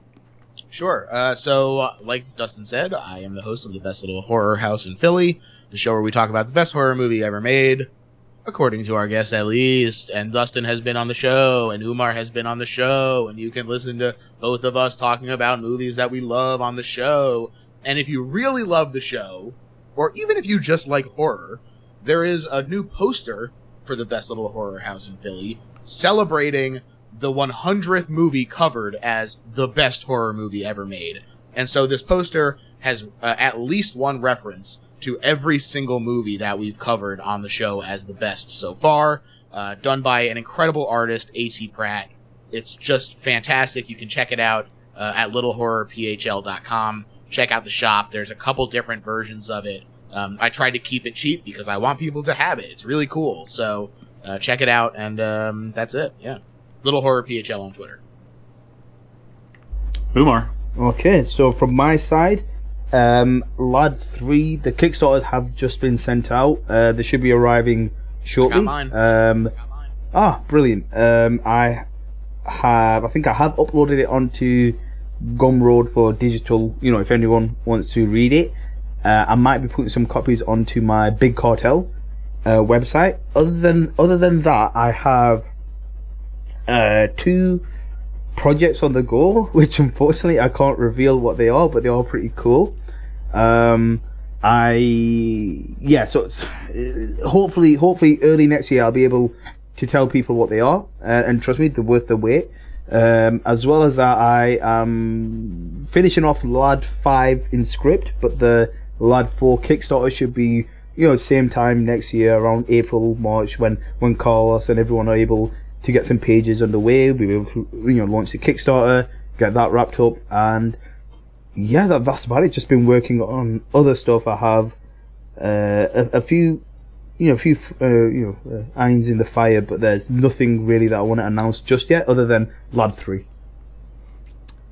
Sure. Uh, so, uh, like Dustin said, I am the host of the Best Little Horror House in Philly, the show where we talk about the best horror movie ever made, according to our guest at least. And Dustin has been on the show, and Umar has been on the show, and you can listen to both of us talking about movies that we love on the show. And if you really love the show, or even if you just like horror, there is a new poster for the Best Little Horror House in Philly celebrating the 100th movie covered as the best horror movie ever made. And so this poster has uh, at least one reference to every single movie that we've covered on the show as the best so far, uh, done by an incredible artist, A.T. Pratt. It's just fantastic. You can check it out uh, at littlehorrorphl.com. Check out the shop. There's a couple different versions of it. Um, I tried to keep it cheap because I want people to have it. It's really cool. So uh, check it out, and um, that's it. Yeah. Little Horror PHL on Twitter. Umar. Okay, so from my side, um, Lad 3, the Kickstarters have just been sent out. Uh, they should be arriving shortly. mine. Um, ah, brilliant. Um, I have, I think I have uploaded it onto Gumroad for digital, you know, if anyone wants to read it. Uh, I might be putting some copies onto my Big Cartel uh, website. Other than other than that, I have uh, two projects on the go, which unfortunately I can't reveal what they are, but they are pretty cool. Um, I yeah, so it's, uh, hopefully, hopefully early next year I'll be able to tell people what they are, uh, and trust me, they're worth the wait. Um, as well as that, I am finishing off Lad Five in script, but the Lad Four Kickstarter should be you know same time next year around April March when when Carlos and everyone are able to get some pages underway. We'll be able to you know launch the Kickstarter, get that wrapped up, and yeah, that, that's about it. Just been working on other stuff. I have uh, a, a few, you know, a few, uh, you know, uh, irons in the fire, but there's nothing really that I want to announce just yet, other than Lad Three.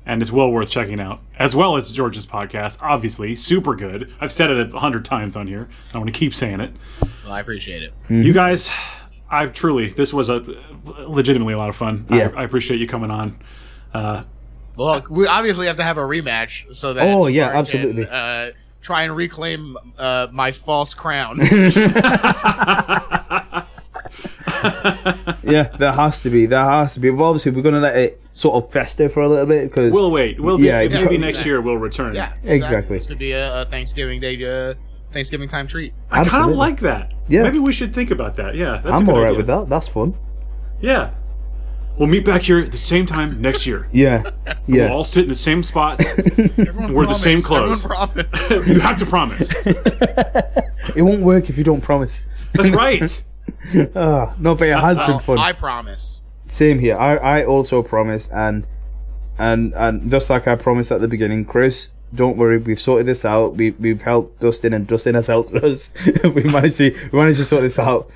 and it's well worth checking out, as well as George's podcast. Obviously, super good. I've said it a hundred times on here. I want to keep saying it. Well, I appreciate it. Mm-hmm. You guys, I truly, this was a legitimately a lot of fun. Yeah. I, I appreciate you coming on. Uh, Well, we obviously have to have a rematch so that. Oh, yeah, Mark can, absolutely. uh, try and reclaim uh, my false crown. Yeah, there has to be. There has to be. But obviously, we're gonna let it sort of fester for a little bit because we'll wait. We'll Yeah, maybe yeah. next year we'll return. yeah, Exactly. This could be a, a Thanksgiving day, uh, Thanksgiving time treat. I kind of Absolutely. like that. Yeah. maybe we should think about that. Yeah, that's I'm a good all right idea. with that. That's fun. Yeah, we'll meet back here at the same time next year. Yeah, yeah. We'll all sit in the same spot. Everyone Wear the same promise. Everyone promise. you have to promise. It won't work if you don't promise. That's right. Ah, no, but it has been Well, fun. Oh, I promise. Same here. I, I also promise, and and and just like I promised at the beginning, Chris, don't worry. We've sorted this out. We we've helped Dustin, and Dustin has helped us. we managed to we managed to sort this out.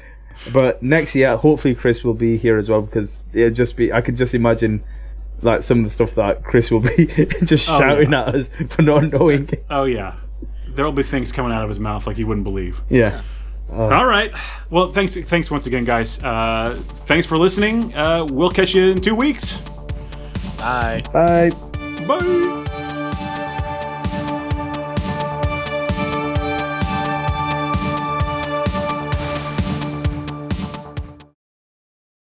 But next year, hopefully, Chris will be here as well because it'll just be. I could just imagine like some of the stuff that Chris will be just shouting at us for not knowing. Oh yeah. There'll be things coming out of his mouth like you wouldn't believe. Yeah. All right. Well, thanks thanks once again guys. Uh, thanks for listening. Uh, we'll catch you in 2 weeks. Bye. Bye. Bye.